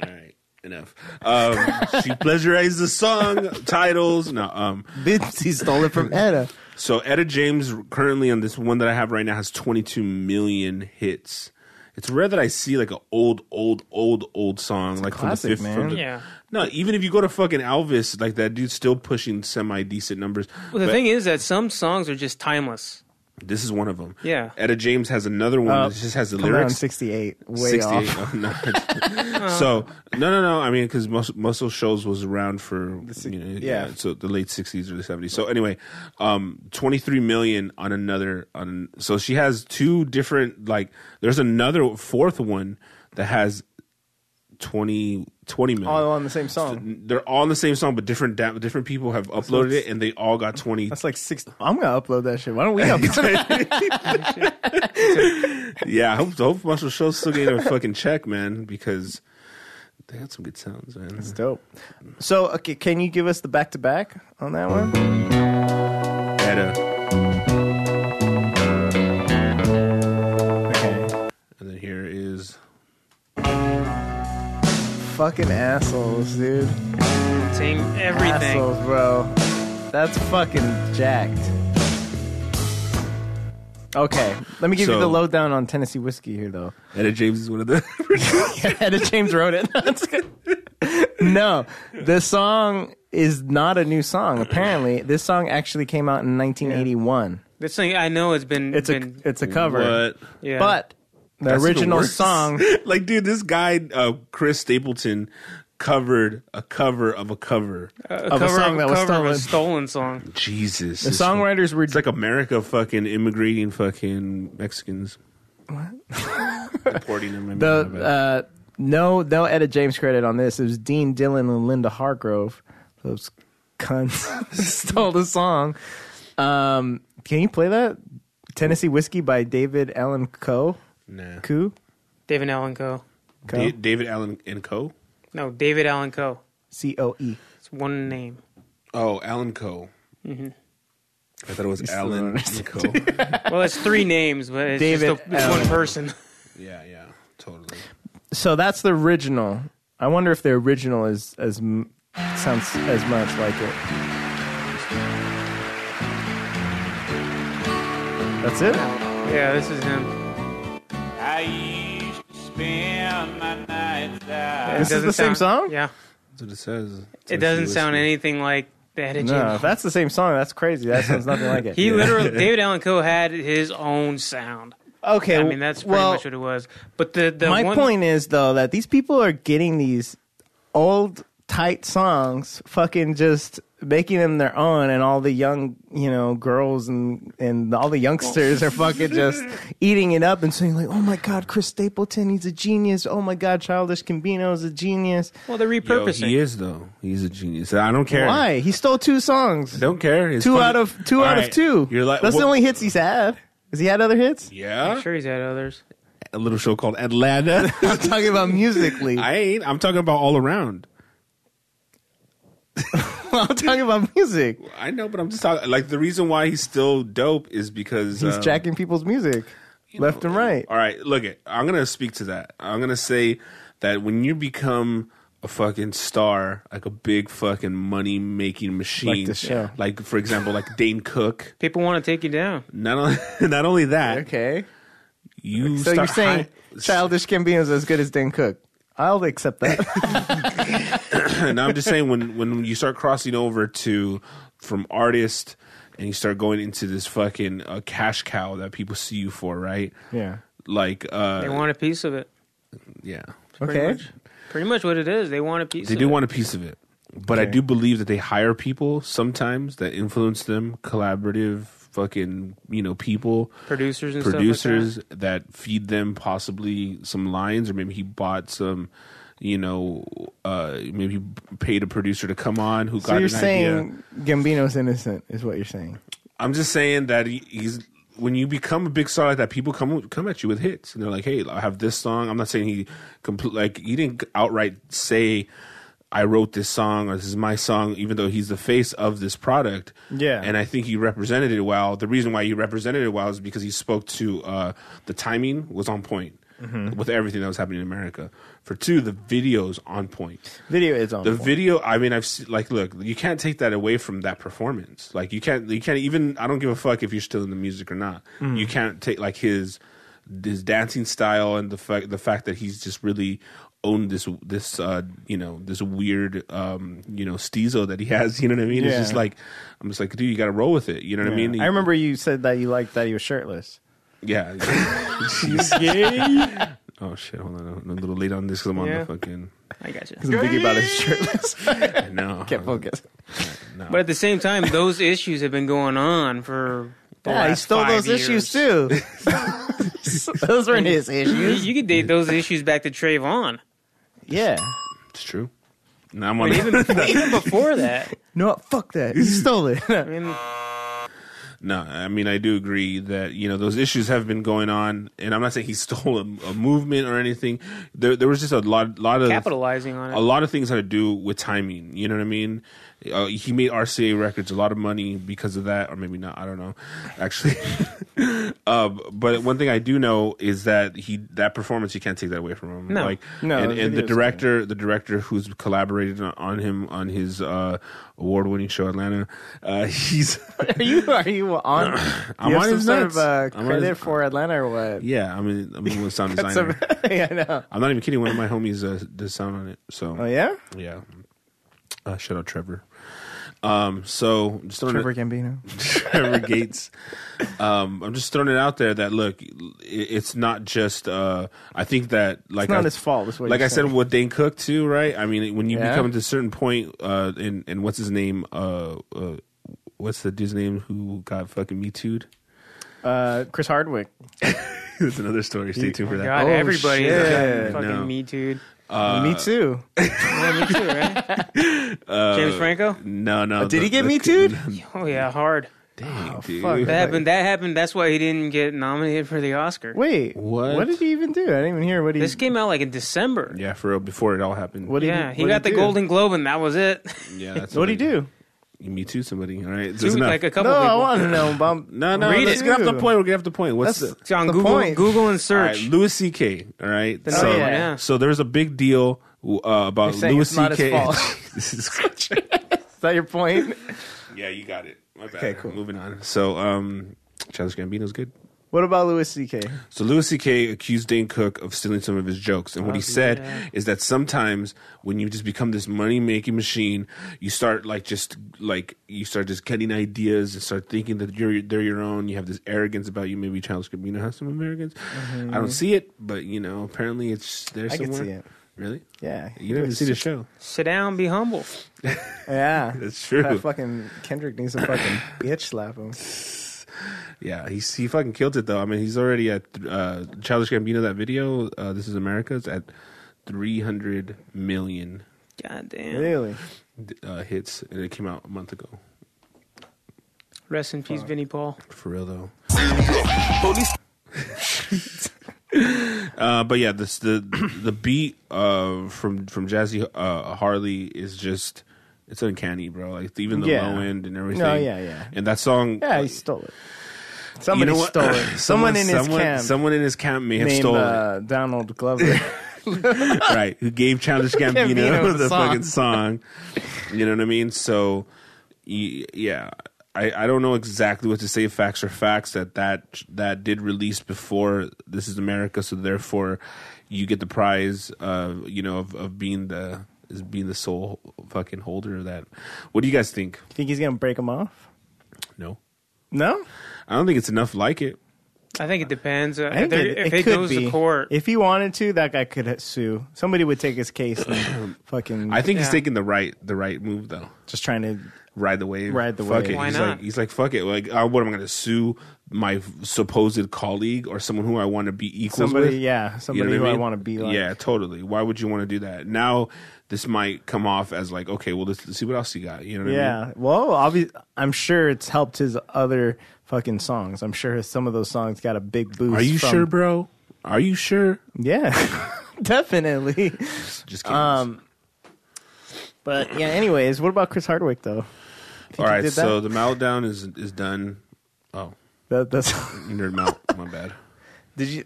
right, enough. Um, she plagiarized the song titles. No, um, Bitsy stole it from Etta. so Etta James currently on this one that I have right now has 22 million hits. It's rare that I see like an old, old, old, old song like classic, from the man. fifth. From the, Yeah. No, even if you go to fucking Elvis, like that dude's still pushing semi decent numbers. Well, the But- thing is that some songs are just timeless. This is one of them. Yeah. Etta James has another one Uh, that just has the Come on, lyrics. 68. Way 68. off. Oh, no. so no, no, no. I mean, because Muscle Shoals was around for you know, yeah. So the late sixties or the seventies. So anyway, um, twenty three million on another on. So she has two different like. There's another fourth one that has 20, 20 million. All on the same song. They're all in the same song, but different da- different people have uploaded it, and they all got twenty. That's like six. I'm gonna upload that shit. Why don't we upload it? Yeah, I hope, I hope Muscle Shoals still getting a fucking check, man, because they had some good sounds, man. It's dope. So, okay, can you give us the back to back on that one? Etta. Okay. And then here is Fucking assholes, dude. Same everything. Assholes, bro. That's fucking jacked. Okay, let me give you So- the lowdown on Tennessee whiskey here, though. Etta James is one of the. Etta James wrote it. That's good. no, the song is not a new song. Apparently, this song actually came out in 1981. This thing I know has been It's a been- it's a cover, What? yeah. but the That's even original worse. song like, dude, this guy, uh, Chris Stapleton, covered a cover of a cover. a of a cover song that was cover stolen. of a stolen song. Jesus. The songwriters were It's like America fucking immigrating fucking Mexicans. What? Deporting them. I mean, my bad. the uh, no no Etta James credit on this. It was Dean Dillon and Linda Hargrove. Those cunts stole the song. Um, can you play that Tennessee Whiskey by David Allen Coe? nah. Coe? David Allen Co. Da- David Allen and Co. No, David Allen Co. C O E. It's one name. Oh, Allen Co. Mm-hmm. I thought it was Allen and Co. Well, it's three names, but it's David just a, it's one Allen. person. yeah, yeah, totally. So that's the original. I wonder if the original is as m- sounds as much like it. That's it? Yeah, this is him. I used to spend my nights out. This It is the doesn't same sound- song? Yeah. That's what it says. It doesn't sound anything like that. No, if that's the same song. That's crazy. That sounds nothing like it. He literally, David Allen Coe had his own sound. okay. I mean, that's pretty well, much what it was. But the, the my one, point is though that these people are getting these old tight songs fucking just making them their own and all the young you know girls and and all the youngsters are fucking just eating it up and saying like oh my god chris stapleton he's a genius oh my god childish gambino is a genius well, the Yo, repurposing. he is though. He's a genius. I don't care. why he stole two songs Don't care. It's two fun- out of two All out of right. 2 You're like that's wha- the only hits he's had has he had other hits Yeah, sure, he's had others. a little show called Atlanta. i'm talking about musically I ain't. I'm talking about all around. i'm talking about music I know, but I'm just talking. Like the reason why he's still dope is because he's um, jacking people's music left and right All right, look it. I'm gonna speak to that. I'm gonna say that when you become a fucking star, like a big fucking money making machine, Like this show. like, for example, like Dane Cook. People want to take you down. Not only, not only that, Okay. you So you're start saying hi- Childish Gambino is as good as Dan Cook? I'll accept that. and I'm just saying when when you start crossing over to from artist and you start going into this fucking uh, cash cow that people see you for, right? yeah. Like, They uh, want a piece of it. yeah, Pretty Okay. Much, pretty much what it is. They want a piece they of do it. want a piece of it, but I Okay. do believe that they hire people sometimes that influence them, collaborative fucking you know people producers and producers Stuff that. feed them possibly some lines, or maybe he bought some, you know, uh, maybe paid a producer to come on who So got you're an idea. saying Gambino's innocent is what you're saying. I'm just saying that he, he's when you become a big star like that, people come come at you with hits, and they're like, "Hey, I have this song." I'm not saying he complete like he didn't outright say. I wrote this song, or this is my song, even though he's the face of this product. Yeah. and I think he represented it well. The reason why he represented it well is because he spoke to uh, the timing was on point with everything that was happening in America. For two, the videos on point. Video is on. The point. video, I mean, I've se- like, look, you can't take that away from that performance. Like, you can't, you can't even. I don't give a fuck if you're still in the music or not. Mm. You can't take like his his dancing style and the fact the fact that he's just really owned this this uh you know this weird um you know steezo that he has. You know what I mean? It's Yeah. just like I'm just like, dude, you got to roll with it. You know what I Yeah. mean? I remember you said that you liked that he was shirtless. Yeah. oh shit! Hold on, I'm a little late on this because I'm on Yeah. the fucking. I got you. Because I'm thinking about his shirtless. I know. Can't focus. But at the same time, those issues have been going on for. The Yeah, he last stole five those years. issues too. those weren't his You, issues. you could date those issues back to Trayvon. Yeah. It's true. Now I'm I on. mean, even, even before that, No, fuck that. He stole it. I mean, No, I mean I do agree that you know those issues have been going on, and I'm not saying he stole a, a movement or anything. There, there was just a lot, lot of capitalizing on it. a lot of things had to do with timing. You know what I mean? Uh, he made RCA Records a lot of money because of that, or maybe not. I don't know, actually. uh, but one thing I do know is that he that performance you can't take that away from him. No. like, No, and, the and the video's director, the director who's collaborated on, on him on his uh, award-winning show Atlanta, uh, he's. Are you are you on? I'm you have on some his sort nuts. of uh, I'm on credit his- for Atlanta or what? Yeah, I'm a, I'm a sound That's designer. a- yeah, I know. I'm not even kidding. One of my homies uh, does sound on it. So Oh yeah, yeah. Uh, shout out Trevor. Um, so just throwing Trevor it, Gambino. Trevor Gates. Um, I'm just throwing it out there that look, it, it's not just. Uh, I think that like It's not I, his fault. That's what like you're I said saying. with Dane Cook too, right? I mean, when you Yeah. become to a certain point, uh, and and what's his name? Uh, uh, what's the dude's name who got fucking me too'd? Uh, Chris Hardwick. It's another story. Stay tuned for that. God, Oh, everybody is gotten shit. fucking No. me too. Uh, me too. me too, right? Uh, James Franco? No, no. Did the- he get the- me too? Oh yeah, hard. Dang, dude. fuck. That happened. That happened. That's why he didn't get nominated for the Oscar. Wait, What? What did he even do? I didn't even hear what he. This came out like in December. Yeah, for real. Before it all happened. what did Yeah, he what got the did do? Golden Globe, and that was it. Yeah, that's What did he I- do? You me too, somebody. All right, Dude, that's enough. like a couple No, I people. want to know. Bum. no, no. Read let's it. get off the point. We're getting off the point. What's That's- the? It's on the Google, point. Google and All search. right, Louis C.K. All right. The so, number one, yeah. so there's a big deal uh, about oh, You're saying Louis it's not his C.K. fault. This is- Is that your point? yeah, you got it. My bad. Okay, cool. Moving on. So, um, Childish Gambino's good. What about Louis C.K.? So Louis C.K. accused Dane Cook of stealing some of his jokes, Oh, and what he said yeah. is that sometimes when you just become this money making machine, you start like just like you start just getting ideas and start thinking that you're they're your own. You have this arrogance about you. Maybe Charles Gambino has some arrogance. I don't see it, but you know apparently it's there Mm-hmm. I somewhere. can see it. Really? Yeah, You never see the show. Sit down, be humble. Yeah, That's true. That fucking Kendrick needs to fucking bitch slap him. Yeah, he's he fucking killed it though. I mean, he's already at uh, Childish Gambino that video. Uh, this is America. It's at three hundred million God damn. Really? uh, hits, and it came out a month ago. Rest in peace, Vinnie Paul. For real though. Police Uh, but yeah, this the the beat uh, from from Jazzy uh, Harley is just it's uncanny, bro. Like even the Yeah. low end and everything. yeah, yeah. And that song, Yeah, he like, stole it. Somebody you know what? stole it. Someone, in his someone, camp someone in his camp may have named stolen it. uh, Donald Glover. right? Who gave Childish Gambino, Gambino the, the song. fucking song? You know what I mean? So, y- yeah, I, I don't know exactly what to say. Facts are facts that that that did release before This Is America, so therefore you get the prize. Uh, you know of, of being the is being the sole fucking holder of that. What do you guys think? Think he's gonna break him off? No, No, I don't think it's enough like it. I think it depends. Uh, I if think there- it, if it it, could goes be. to court, If he wanted to, that guy could sue. Somebody would take his case. And fucking, I think he's Yeah. taking the right the right move though. just trying to. ride the wave. Ride the fuck wave. It. Why he's not? like he's like fuck it. Like uh, what am I going to sue my f- supposed colleague or someone who I want to be equal Somebody- with? yeah, somebody who I wanna be like. Yeah, totally. Why would you want to do that? Now this might come off as like okay, well let's, let's see what else you got. You know what I mean? Yeah, well, obvi- I'm sure it's helped his other fucking songs. I'm sure some of those songs got a big boost. Are you from- sure, bro? Are you sure? Yeah, definitely. Just kidding. Um, but yeah. Anyways, what about Chris Hardwick though? All right, did that? so the meltdown is is done. Oh, That, that's. nerd melt. my bad. did you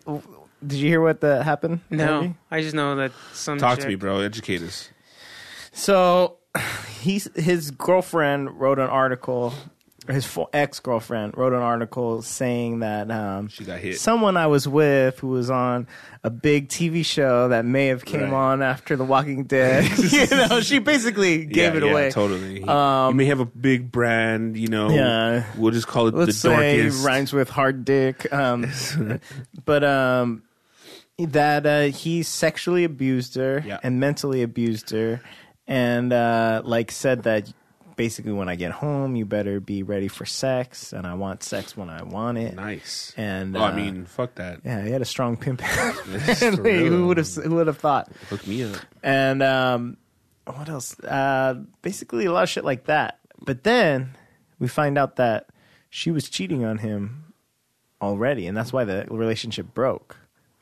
did you hear what that happened? no. Andy? I just know that some Talk chick, to me, bro. Educate us. So he's his girlfriend wrote an article. or His ex girlfriend wrote an article saying that um, She got hit. someone I was with who was on a big TV show that may have came Right. on after The Walking Dead. you know, she basically gave Yeah, it yeah, away. Um, Totally. you may have a big brand, you know. Yeah. We'll just call it the Let's say dorkiest. rhymes with hard dick. Um, but um, that uh, he sexually abused her Yeah. and mentally abused her, and uh, like said that basically when I get home, you better be ready for sex, and I want sex when I want it. Nice. And, Oh, I uh, mean, fuck that. Yeah, he had a strong pimp. For real. who would have who would have thought? hook me up? and um, what else? Uh, basically, a lot of shit like that. But then we find out that she was cheating on him already, and that's why the relationship broke.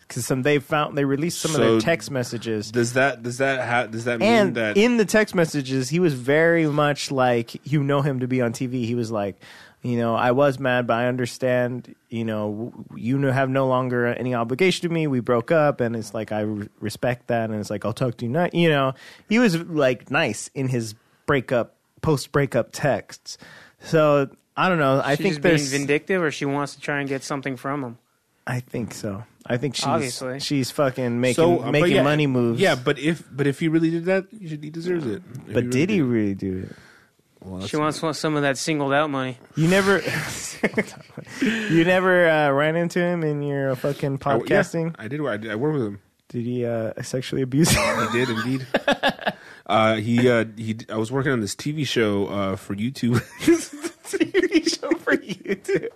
Because some they found they released some of So their text messages, Does that does that ha- does that mean and that in the text messages, he was very much like you know him to be on TV. He was like, you know, I was mad, but I understand. You know, w- you no- have no longer any obligation to me. We broke up, and it's like I re- respect that, and it's like I'll talk to you. Not, you know, he was like nice in his breakup, post breakup texts. So I don't know. I she's think just being there's. vindictive, or she wants to try and get something from him. I think so. I think she's Obviously. she's fucking making so uh, but making yeah, money moves. Yeah, but if but if he really did that, he, should, he deserves it. If but did he really really do it? Well, that's- She wants, wants some of that singled out money. You never, you never uh, ran into him in your fucking I- yeah, podcasting. I did. I, did, I worked with him. Did he uh, sexually abuse you? He did indeed. uh, he uh, he. d- I was working on this TV show uh, for YouTube. TV show for you too.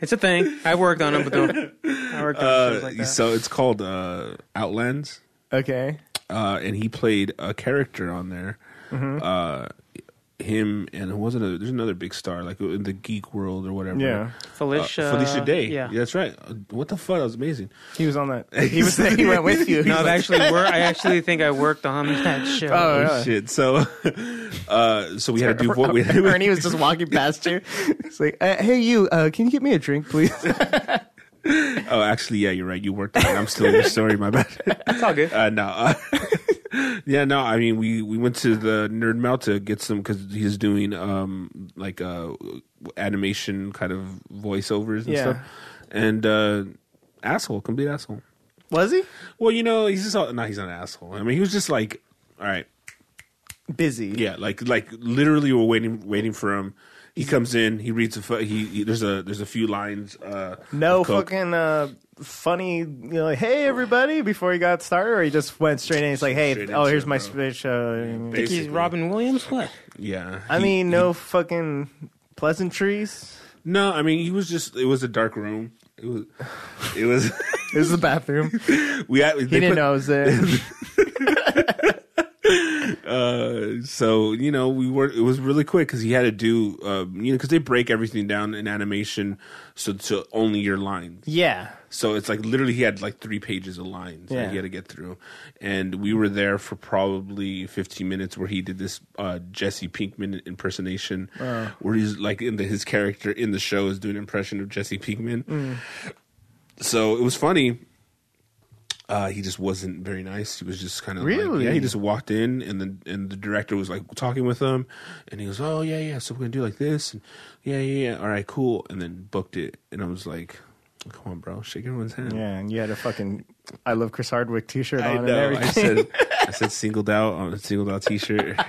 It's a thing. I worked on it, but the, I worked on shows like that. Uh, so it's called uh, Outlands. Okay. uh, and he played a character on there. Mm-hmm. Uh, him and who wasn't a, there's another big star like in the geek world or whatever. Yeah. Felicia, uh, Felicia Day. Yeah. that's right. Uh, What the fuck? That was amazing. He was on that. He was he went with you. No, I've actually, wor- I actually think I worked on that show. Oh, Oh, really? shit. So, uh, so we had to do what we Ernie was just walking past you. It's like, uh, hey, you, uh, can you get me a drink, please? Oh, actually, yeah, you're right. You worked on it. I'm still sorry. My bad. it's all good. Uh, no. uh, Yeah, no, I mean we we went to the Nerd Melt to get some because he's doing um like uh animation kind of voiceovers and Yeah. stuff, and uh asshole, complete asshole. Was he Well, you know he's just all, no, he's not an asshole. I mean he was just like, all right, busy? yeah, like like literally we're waiting waiting for him. He comes in, he reads a fu- he, he there's a there's a few lines. uh No of coke. fucking uh, funny. You know, like, hey everybody! Before he got started, or he just went straight in. He's like, hey, Straight oh into here's it, my bro. speech. Uh, Basically, He's Robin Williams. What? Yeah, I He- mean, no fucking pleasantries. no, I mean he was just it was a dark room. It was it was This is the bathroom. he we had, he didn't know I was there. so you know we were it was really quick because he had to do um, you know because they break everything down in animation so to only your lines yeah. so it's like literally he had like three pages of lines that Yeah. he had to get through and we were there for probably 15 minutes where he did this uh, jesse pinkman impersonation where he's like in the, his character in the show is doing an impression of jesse pinkman Mm. so it was funny uh, he just wasn't very nice. He was just kind of Really? yeah. He just walked in, and then and the director was like talking with him, and he goes, "Oh yeah, yeah. So we're gonna do like this, and yeah, yeah, yeah. All right, cool." And then booked it, and I was like, "Come on, bro, shake everyone's hand." Yeah, and you had a fucking I love Chris Hardwick T-shirt I on and know. I everything, said, I said, singled out on a singled out T-shirt,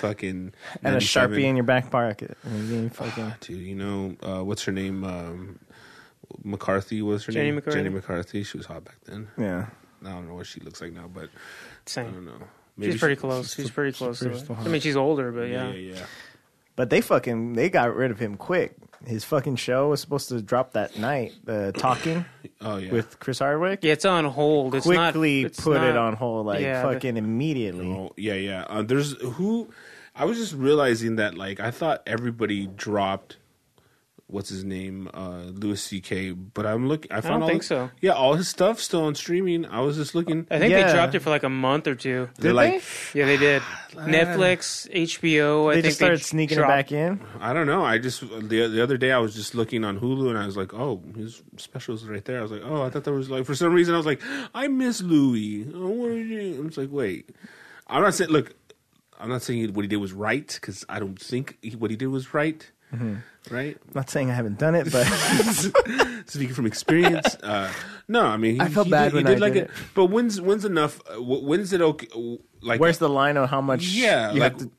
fucking, and a 97. sharpie in your back pocket. And you fucking Dude, you know uh, what's her name? Um, McCarthy was her Jenny name. McCarthy. Jenny McCarthy. She was hot back then. yeah. I don't know what she looks like now, but I don't Same. know. Maybe She's she- pretty close. She's pretty close. to it. I mean, she's older, but yeah. yeah, yeah. But they fucking they got rid of him quick. His fucking show was supposed to drop that night. The talking Oh yeah. with Chris Hardwick Yeah, it's on hold. It's not- quickly it's put it not- on hold, like yeah, the- fucking immediately. oh yeah, yeah. Uh, there's who? I was just realizing that like I thought everybody dropped. What's his name? Uh, Louis C.K. But I'm looking. I, found don't all think his- so. Yeah, all his stuff still on streaming. I was just looking. I think Yeah. they dropped it for like a month or two. They're like, Yeah, they did. Netflix, HBO. I They think just started sneaking dropped- it back in. I don't know. I just the the other day I was just looking on Hulu and I was like, oh, his specials right there. I was like, oh, I thought that was like for some reason I was like, I miss Louis. Oh, what are you? I'm just like, wait. I'm not saying look. I'm not saying what he did was right because I don't think he, what he did was right. Mm-hmm. Right? Not saying I haven't done it, but Speaking from experience, uh, no, I mean, he, I felt he bad did, when he did I like did it. it. But when's when's enough? Uh, wh- when's it okay? w- Like, where's the line on how much? yeah, you like, have to.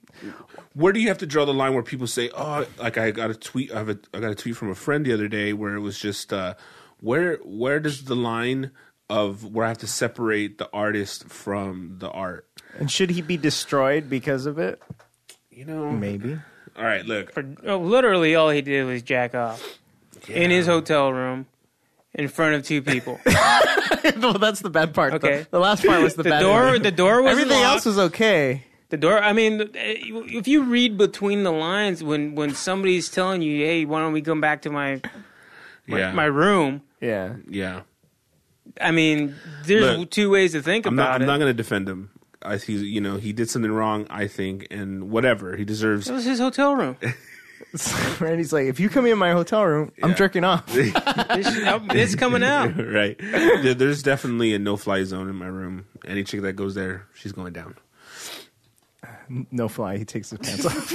where do you have to draw the line where people say, "Oh, like I got a tweet, I, have a, I got a tweet from a friend the other day where it was just, uh, where where does the line of where I have to separate the artist from the art? And should he be destroyed because of it? You know, Maybe. All right, look, For, oh, literally, all he did was jack off in his hotel room in front of two people. well, that's the bad part. though. Okay. The last part was the, the bad door, one. the door was Everything locked. else was okay. The door. I mean, eh, if you read between the lines, when when somebody's telling you, "Hey, why don't we come back to my my, yeah, my room?" Yeah. yeah. I mean, there's Look, two ways to think I'm about not, I'm it. not going to defend him. I, he's, you know, he did something wrong. I think, and whatever he deserves. it was his hotel room. Randy's like, if you come in my hotel room, I'm jerking off. This- it's coming out. right. There- There's definitely a no-fly zone in my room. Any chick that goes there, she's going down. no fly. He takes his pants off.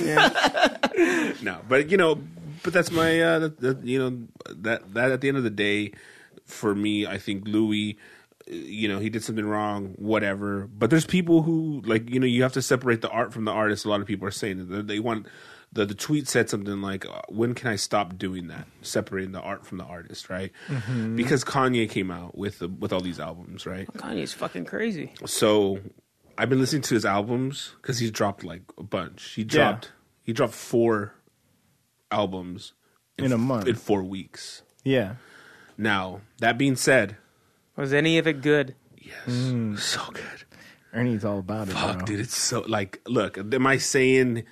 No, but you know, but that's my uh, that, that, you know that that at the end of the day, for me, I think Louis, uh, you know, he did something wrong, whatever. But there's people who like you know you have to separate the art from the artist. A lot of people are saying that they want. The, the tweet said something like, uh, "When can I stop doing that? Separating the art from the artist, right? Because Kanye came out with the, with all these albums, right? Kanye's fucking crazy. So I've been listening to his albums because he's dropped like a bunch. He dropped he dropped four albums In a f- month. in four weeks. yeah. Now that being said, Was any of it good? yes, Mm. so good. Ernie's all about it. Fuck, bro. dude, it's so like. Look, am I saying?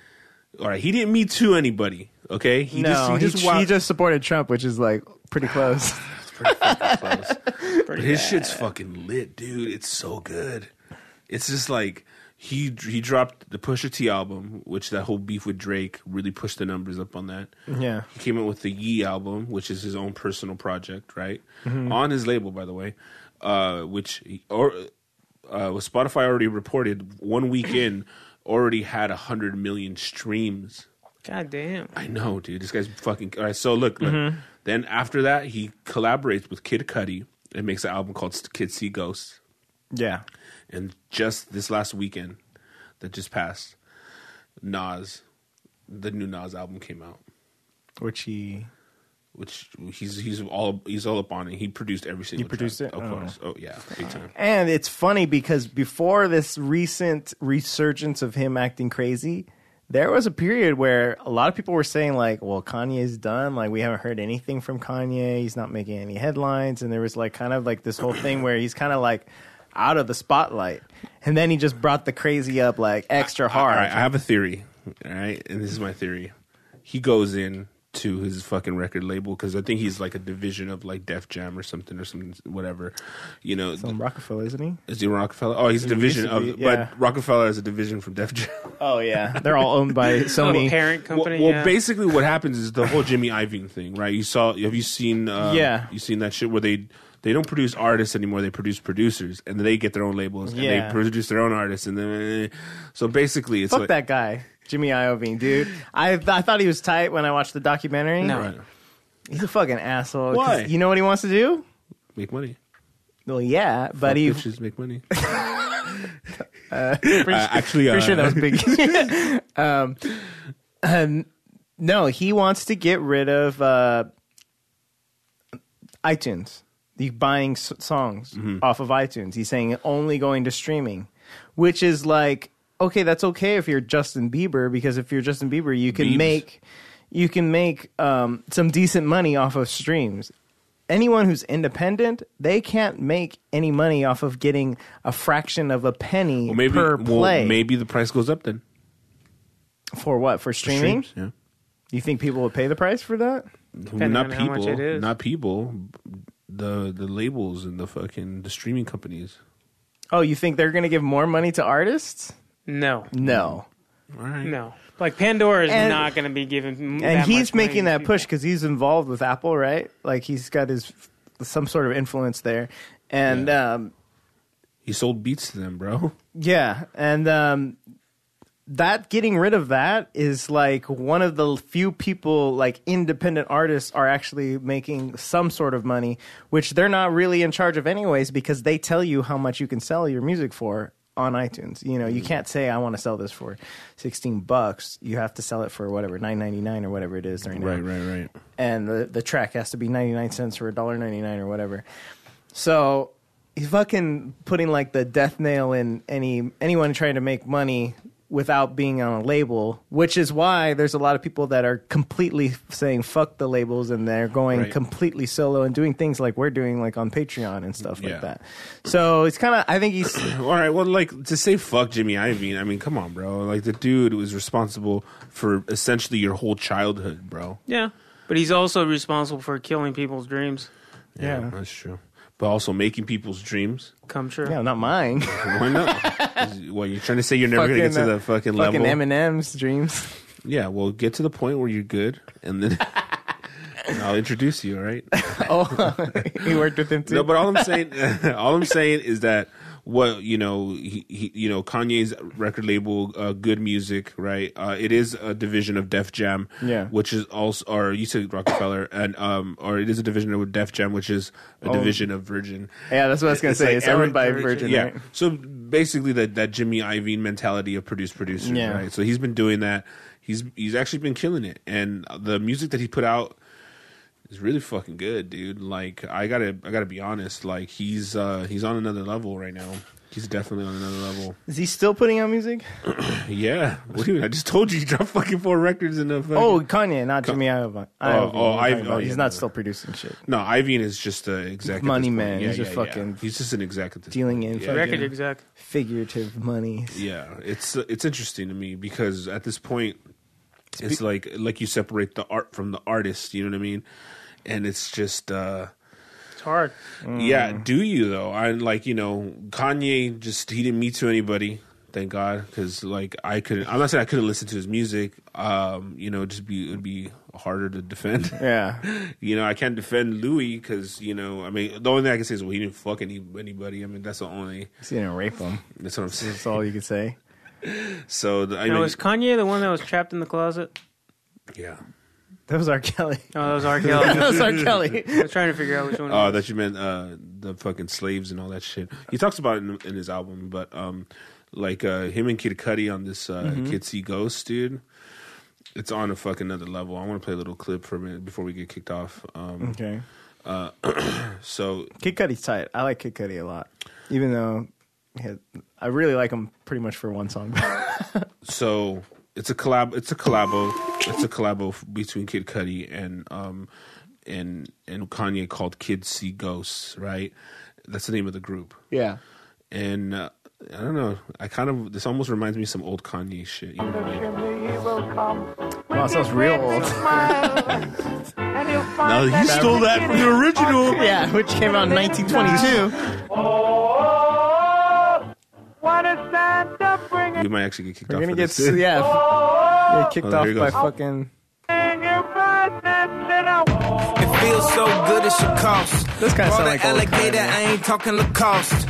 All right, he didn't me too anybody. Okay, he no, he, just, wa- he just supported Trump, which is like pretty close. pretty fucking close. but his shit's fucking lit, dude. It's so good. It's just like he he dropped the Pusha T album, which that whole beef with Drake really pushed the numbers up on that. yeah. He came out with the Yee album, which is his own personal project, right? On his label, by the way, uh, which he- or uh, was Spotify already reported one week in already had hundred million streams. God damn. I know, dude. This guy's fucking. All right, so look. look. Mm-hmm. Then after that, he collaborates with Kid Cudi and makes an album called Kid See Ghosts. Yeah. And just this last weekend, that just passed, Nas, the new Nas album came out, Which he which he's he's all he's all up on it. He produced every single. produced track, it? Of Oh. course. Oh yeah, big time. And it's funny because before this recent resurgence of him acting crazy, there was a period where a lot of people were saying like, "Well, Kanye's done. Like, we haven't heard anything from Kanye. He's not making any headlines." And there was like kind of like this whole thing where he's kind of like out of the spotlight. And then he just brought the crazy up like extra hard. All right, I have a theory. All right, and this is my theory. He goes in to his fucking record label because I think he's like a division of like Def Jam or something or some whatever. You know, Some Rockefeller, isn't he? is he Rockefeller? Oh, he's a division used to of, be, yeah. but Rockefeller is a division from Def Jam. Oh yeah, they're all owned by Little Sony. parent company. well, yeah. basically, what happens is the whole Jimmy Iovine thing, right? You saw, have you seen? Uh, Yeah. you seen that shit where they they don't produce artists anymore; they produce producers, and they get their own labels and Yeah. they produce their own artists, and then eh, so basically, it's Fuck like that guy, Jimmy Iovine, dude. I th- I thought he was tight when I watched the documentary. No. Right. He's a fucking asshole. 'cause Why? You know what he wants to do? make money. Well, yeah, but he. bitches make money. Uh, actually, uh, Pretty sure that was big. um, um, no, he wants to get rid of uh, iTunes. The buying s- songs Mm-hmm. off of iTunes. He's saying only going to streaming, which is like okay, that's okay if you're Justin Bieber because if you're Justin Bieber, you can Biebs. make you can make um, some decent money off of streams. Anyone who's independent, they can't make any money off of getting a fraction of a penny well, maybe per well, play. maybe the price goes up then. For what? For streaming? Streams, yeah. You think people would pay the price for that? Depending not on people, how much it is. not people. The the labels and the fucking the streaming companies. Oh, you think they're going to give more money to artists? no, No. All right. no. Like Pandora is Mm. And- not going to be given. And he's much money making to that people. push because he's involved with Apple, right? Like he's got his some sort of influence there, and yeah, um, He sold beats to them, bro. yeah. and um, that getting rid of that is like one of the few people like independent artists are actually making some sort of money, which they're not really in charge of anyways because they tell you how much you can sell your music for on iTunes. You know, you can't say I want to sell this for 16 bucks. You have to sell it for whatever 9.99 or whatever it is right now. Right, right, right. And the the track has to be 99 cents or $1.99 or whatever. So he's fucking putting like the death nail in any anyone trying to make money without being on a label, which is why there's a lot of people that are completely saying fuck the labels and they're going Right. completely solo and doing things like we're doing like on Patreon and stuff Yeah. like that. So it's kind of I think he's All right. Well, like to say fuck Jimmy Iovine. I mean, come on, bro. Like the dude was responsible for essentially your whole childhood, bro. Yeah, but he's also responsible for killing people's dreams Yeah, that's true. But also making people's dreams. come true. yeah, not mine. Why not? well, you're trying to say you're never going to get to Fucking, uh, the fucking level. Fucking Eminem's dreams. Yeah, well, get to the point where you're good, and then and I'll introduce you. All right. Oh, he worked with him too. No, but all I'm saying, all I'm saying is that what you know, he, he you know, Kanye's record label, uh, Good Music, right? Uh, it is a division of Def Jam, Yeah. which is also, or you said Rockefeller, and um, or it is a division of Def Jam, which is a division of Virgin. yeah, that's what I was gonna say. like it's owned every- by every- Virgin, Yeah. right? So basically, that that Jimmy Iovine mentality of produce producers, Yeah. right? So he's been doing that. He's he's actually been killing it, and the music that he put out is really fucking good, dude. Like I gotta I gotta be honest, like he's uh he's on another level right now. He's definitely on another level. Is he still putting out music? Yeah. What do you mean? I just told you he dropped fucking four records in a fucking. Oh, Kanye, not Jimmy Iovine. Oh, oh, Iovine, you're talking Iov- about. oh, he's yeah, not no. still producing shit. no, Iovine is just a executive Money man. He's just fucking He's just an executive. dealing in yeah. fucking- Record Yeah. exec. Figurative money. yeah it's it's interesting to me because at this point it's like like you separate the art from the artist you know what i mean and it's just uh It's hard. yeah do you though i like you know kanye just he didn't meet to anybody thank God, because like I couldn't. I'm not saying I couldn't listen to his music. Um, you know, it'd just be it'd be harder to defend. Yeah. you know, I can't defend Louis because you know, I mean, the only thing I can say is well, he didn't fuck any, anybody. I mean, that's the only. He didn't rape him. That's what I'm saying. That's all you could say. So the, I Now, know, was Kanye the one that was trapped in the closet? yeah. That was R. Kelly. Oh, that was R. Kelly. that I was R. Kelly. was trying to figure out which one. it Oh, was. that you meant uh, the fucking slaves and all that shit. He talks about it in, in his album, but um, like uh, him and Kid Cudi on this uh, Kid See Ghost, dude. It's on a fucking another level. I want to play a little clip for a minute before we get kicked off. Um, Okay. So Kid Cudi's tight. I like Kid Cudi a lot, even though he had, I really like him pretty much for one song. so it's a collab it's a collabo it's a collabo f- between Kid Cudi and um and and Kanye called Kids See Ghosts, right? That's the name of the group. yeah. And uh, I don't know. I kind of this almost reminds me of some old Kanye shit. You know what I mean? Wow, it sounds real old. Now he stole that from the original. yeah, which came out in 1922. We might actually get kicked We're off. gonna for get this. s- yeah, get kicked Oh, there off he by goes. fucking. It feels so good it should cost. This kinda Bought sound an like old alligator, Kanye. I ain't talking Lacoste.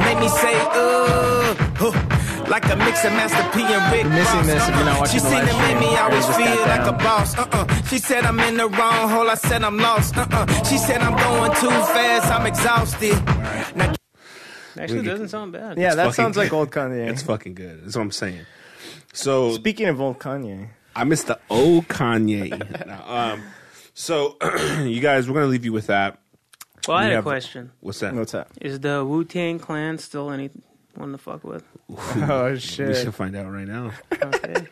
Made me say, uh, huh, like a mix of Master P and Rick. You're missing Ross. this if you're not watching She the seen live it made me stream. always I just got feel like a down. boss. Uh-uh. She said I'm in the wrong hole. I said I'm lost. Uh-uh. She said I'm going too fast. I'm exhausted. Now Actually, it doesn't sound bad. Yeah, that fucking- sounds like old Kanye. It's fucking good. That's what I'm saying. So Speaking of old Kanye, I miss the old Kanye. Now, um, so you guys, we're gonna leave you with that. Well, I We had a have- question. What's that? what's up? Is the Wu Tang Clan still anyone to fuck with? Oh We shit! should find out right now. Okay.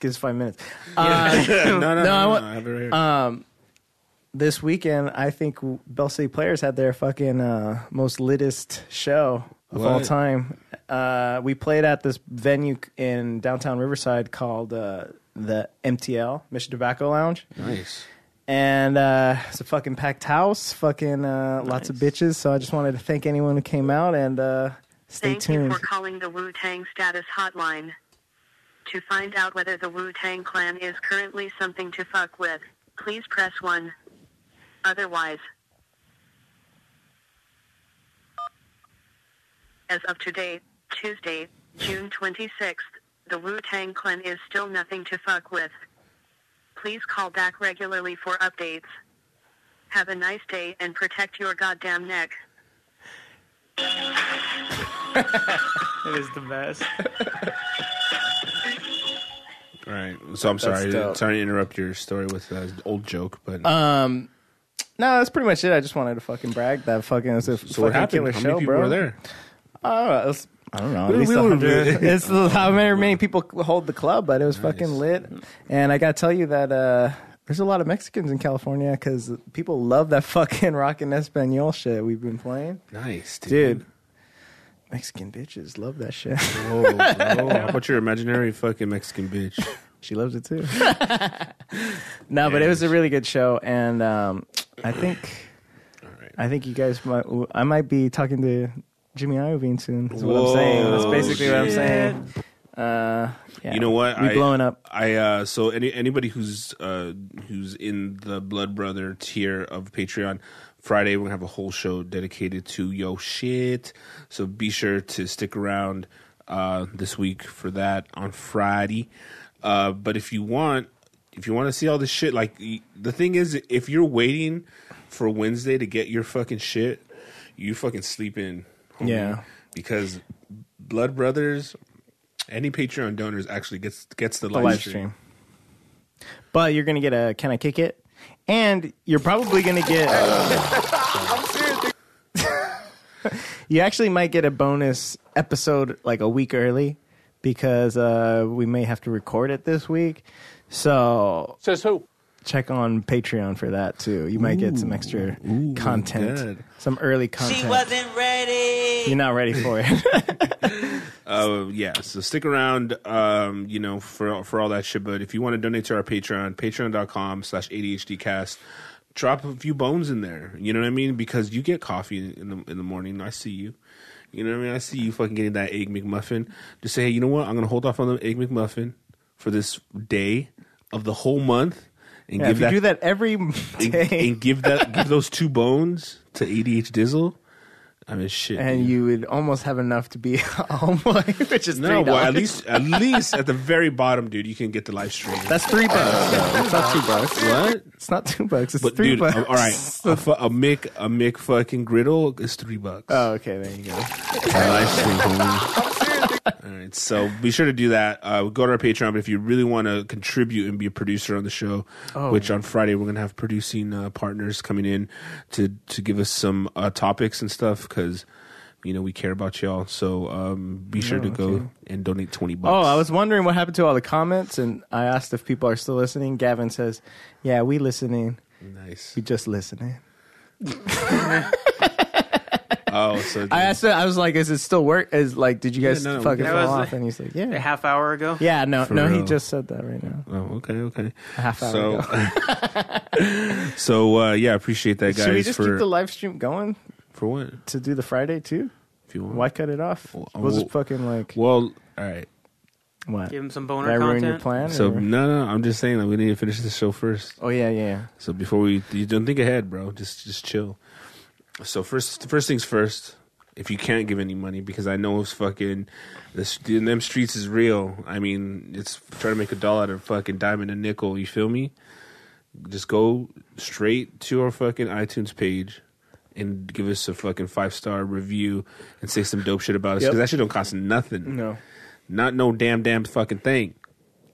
Gives five minutes. no, no, no, I no, want- uh, I have it right here. This weekend, I think Bell City Players had their fucking uh, most litest show of all What? time. Uh, we played at this venue in downtown Riverside called uh, the MTL Mission Tobacco Lounge. nice. and uh, it's a fucking packed house, fucking uh, lots of bitches. So I just wanted to thank anyone who came out and uh, stay Thank tuned. you for calling the Wu Tang Status Hotline. To find out whether the Wu Tang Clan is currently something to fuck with, please press 1. Otherwise, as of today, Tuesday, June 26th, the Wu Tang Clan is still nothing to fuck with. Please call back regularly for updates. Have a nice day and protect your goddamn neck. It is the best. All right. So I'm That's sorry. dope. Sorry to interrupt your story with uh, old joke, but um, no, that's pretty much it. I just wanted to fucking brag that fucking it was a so fucking what happened? killer How show, many people bro. were there? Uh, it's- I don't know. At We- least we a were hundred. good. It's however many people hold the club, but it was fucking lit. And I gotta tell you that uh, there's a lot of Mexicans in California because people love that fucking rockin' Espanol shit we've been playing, Nice, dude. dude. Mexican bitches love that shit. Whoa, bro. How about your imaginary fucking Mexican bitch? She loves it too. no, but it was a really good show, and um, I think I think you guys might. I might be talking to Jimmy Iovine soon. Is what I'm saying. That's Whoa, basically what I'm shit. saying. Uh, yeah. You know what? We I- blowing up. I uh, so any anybody who's uh, who's in the Blood Brother tier of Patreon, Friday we're gonna have a whole show dedicated to yo shit. So be sure to stick around uh, this week for that on Friday. Uh, but if you want, if you want to see all this shit, like y- the thing is, if you're waiting for Wednesday to get your fucking shit, you fucking sleep in. homie. Yeah. because Blood Brothers any Patreon donors actually gets gets the, The live, live stream. stream. But you're gonna get a can I kick it, and you're probably gonna get. you actually might get a bonus episode like a week early because uh, we may have to record it this week. So Says who? check on Patreon for that too. You might get some extra content, good. some early content. ready. You're not ready for it. Uh, yeah, so stick around, um, you know, for for all that shit. But if you want to donate to our Patreon, patreon.com slash ADHDcast, drop a few bones in there. You know what I mean? Because you get coffee in the in the morning. I see you. You know what I mean? I see you fucking getting that egg McMuffin. Just say, hey, you know what? I'm gonna hold off on the egg McMuffin for this day of the whole month, and Yeah, give if you that, do that every and, day, and give that give those two bones to ADH Dizzle. I mean, shit. and dude. you would almost have enough to be a homeboy, which is no, $3. well, at least at least at the very bottom, dude, you can get the live stream. that's three bucks. though. it's not two bucks. what? It's not two bucks. It's But three dude, bucks. all right, a, fu- a Mick a Mick fucking griddle is three bucks. Oh, okay, there you go. All right, so be sure to do that. Uh, go to our Patreon, but if you really want to contribute and be a producer on the show, Oh. which on Friday we're gonna have producing uh, partners coming in to to give us some uh, topics and stuff because you know we care about y'all. So um, be sure to go and donate twenty bucks. Oh, I was wondering what happened to all the comments, and I asked if people are still listening. Gavin says, "Yeah, we listening. nice. We just listening." Oh, so I asked. him- I was like, "Is it still work? Is like, did you guys no, no, we fucking can- That fall was- off?" And he's like, A "Yeah, half hour ago. yeah, no, For no." He real. just said that right now. Oh, okay, okay. half hour so, so uh, yeah, appreciate that, guys. Should we just for keep the live stream going for what? to do the Friday too? If you want. Why cut it off? Well, We'll well- just fucking like Well, all right. what? Give him some Did boner I ruin content. your plan? So or- no, no, I'm just saying that we need to finish the show first. oh yeah, yeah, yeah. So before we, you don't think ahead, bro. Just, just chill. So first, first things first. If you can't give any money, because I know it's fucking, this in them streets is real. I mean, it's trying to make a dollar out of fucking dime and a nickel. You feel me? Just go straight to our fucking iTunes page and give us a fucking five star review and say some dope shit about us Yep. because that shit don't cost nothing. No. not no damn damn fucking thing.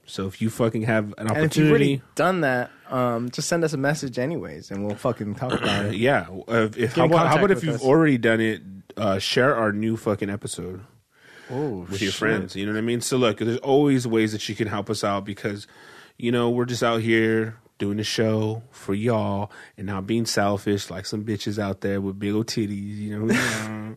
So if you fucking have an And if you've opportunity, already done that, um, just send us a message anyways, and we'll fucking talk about it. yeah. Uh, if, how, in about, how contact about if with you've us. already done it? Uh, share our new fucking episode Oh, with your friends. You know what I mean? So look, there's always ways that you can help us out because, you know, we're just out here doing the show for y'all and not being selfish like some bitches out there with big old titties. You know.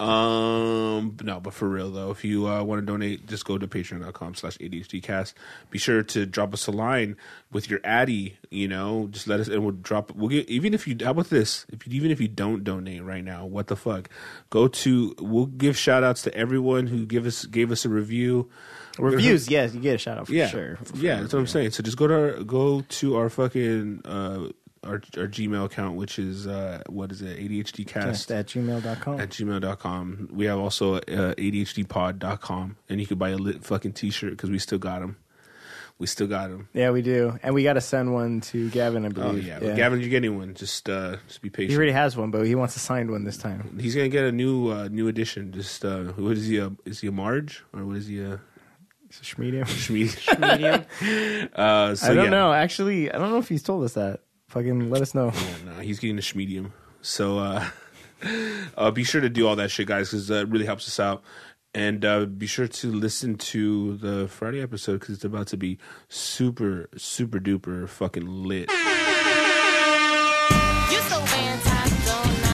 Um, but no, but for real though, if you uh, want to donate, just go to patreon.com slash ADHDcast. Be sure to drop us a line with your Addy, you know, just let us, and we'll drop, we'll get, even if you, how about this? If you, even if you don't donate right now, what the fuck? Go to, we'll give shout outs to everyone who give us, gave us a review. Reviews, yes, you get a shout out for Yeah. sure. Yeah, that's what I'm saying. So just go to our, go to our fucking, uh, our, our Gmail account, which is, uh, what is it? ADHDcast Just at gmail.com. at gmail.com. We have also uh, ADHDpod.com, and you can buy a lit fucking t shirt because we still got them. We still got them. Yeah, we do. And we got to send one to Gavin, I believe. Oh, yeah. But Gavin, you get anyone. Just uh, just be patient. He already has one, but he wants a signed one this time. He's going to get a new uh, new edition. Just, uh, what is he? A, is he a Marge? Or what is he? uh, A It's a Schmedium. Schmee? Medium. uh, so, I don't yeah. know. Actually, I don't know if he's told us that. Fucking let us know. Yeah, no, he's getting a schmedium. So uh, uh, be sure to do all that shit, guys, because that really helps us out. And uh, be sure to listen to the Friday episode because it's about to be super, super duper fucking lit.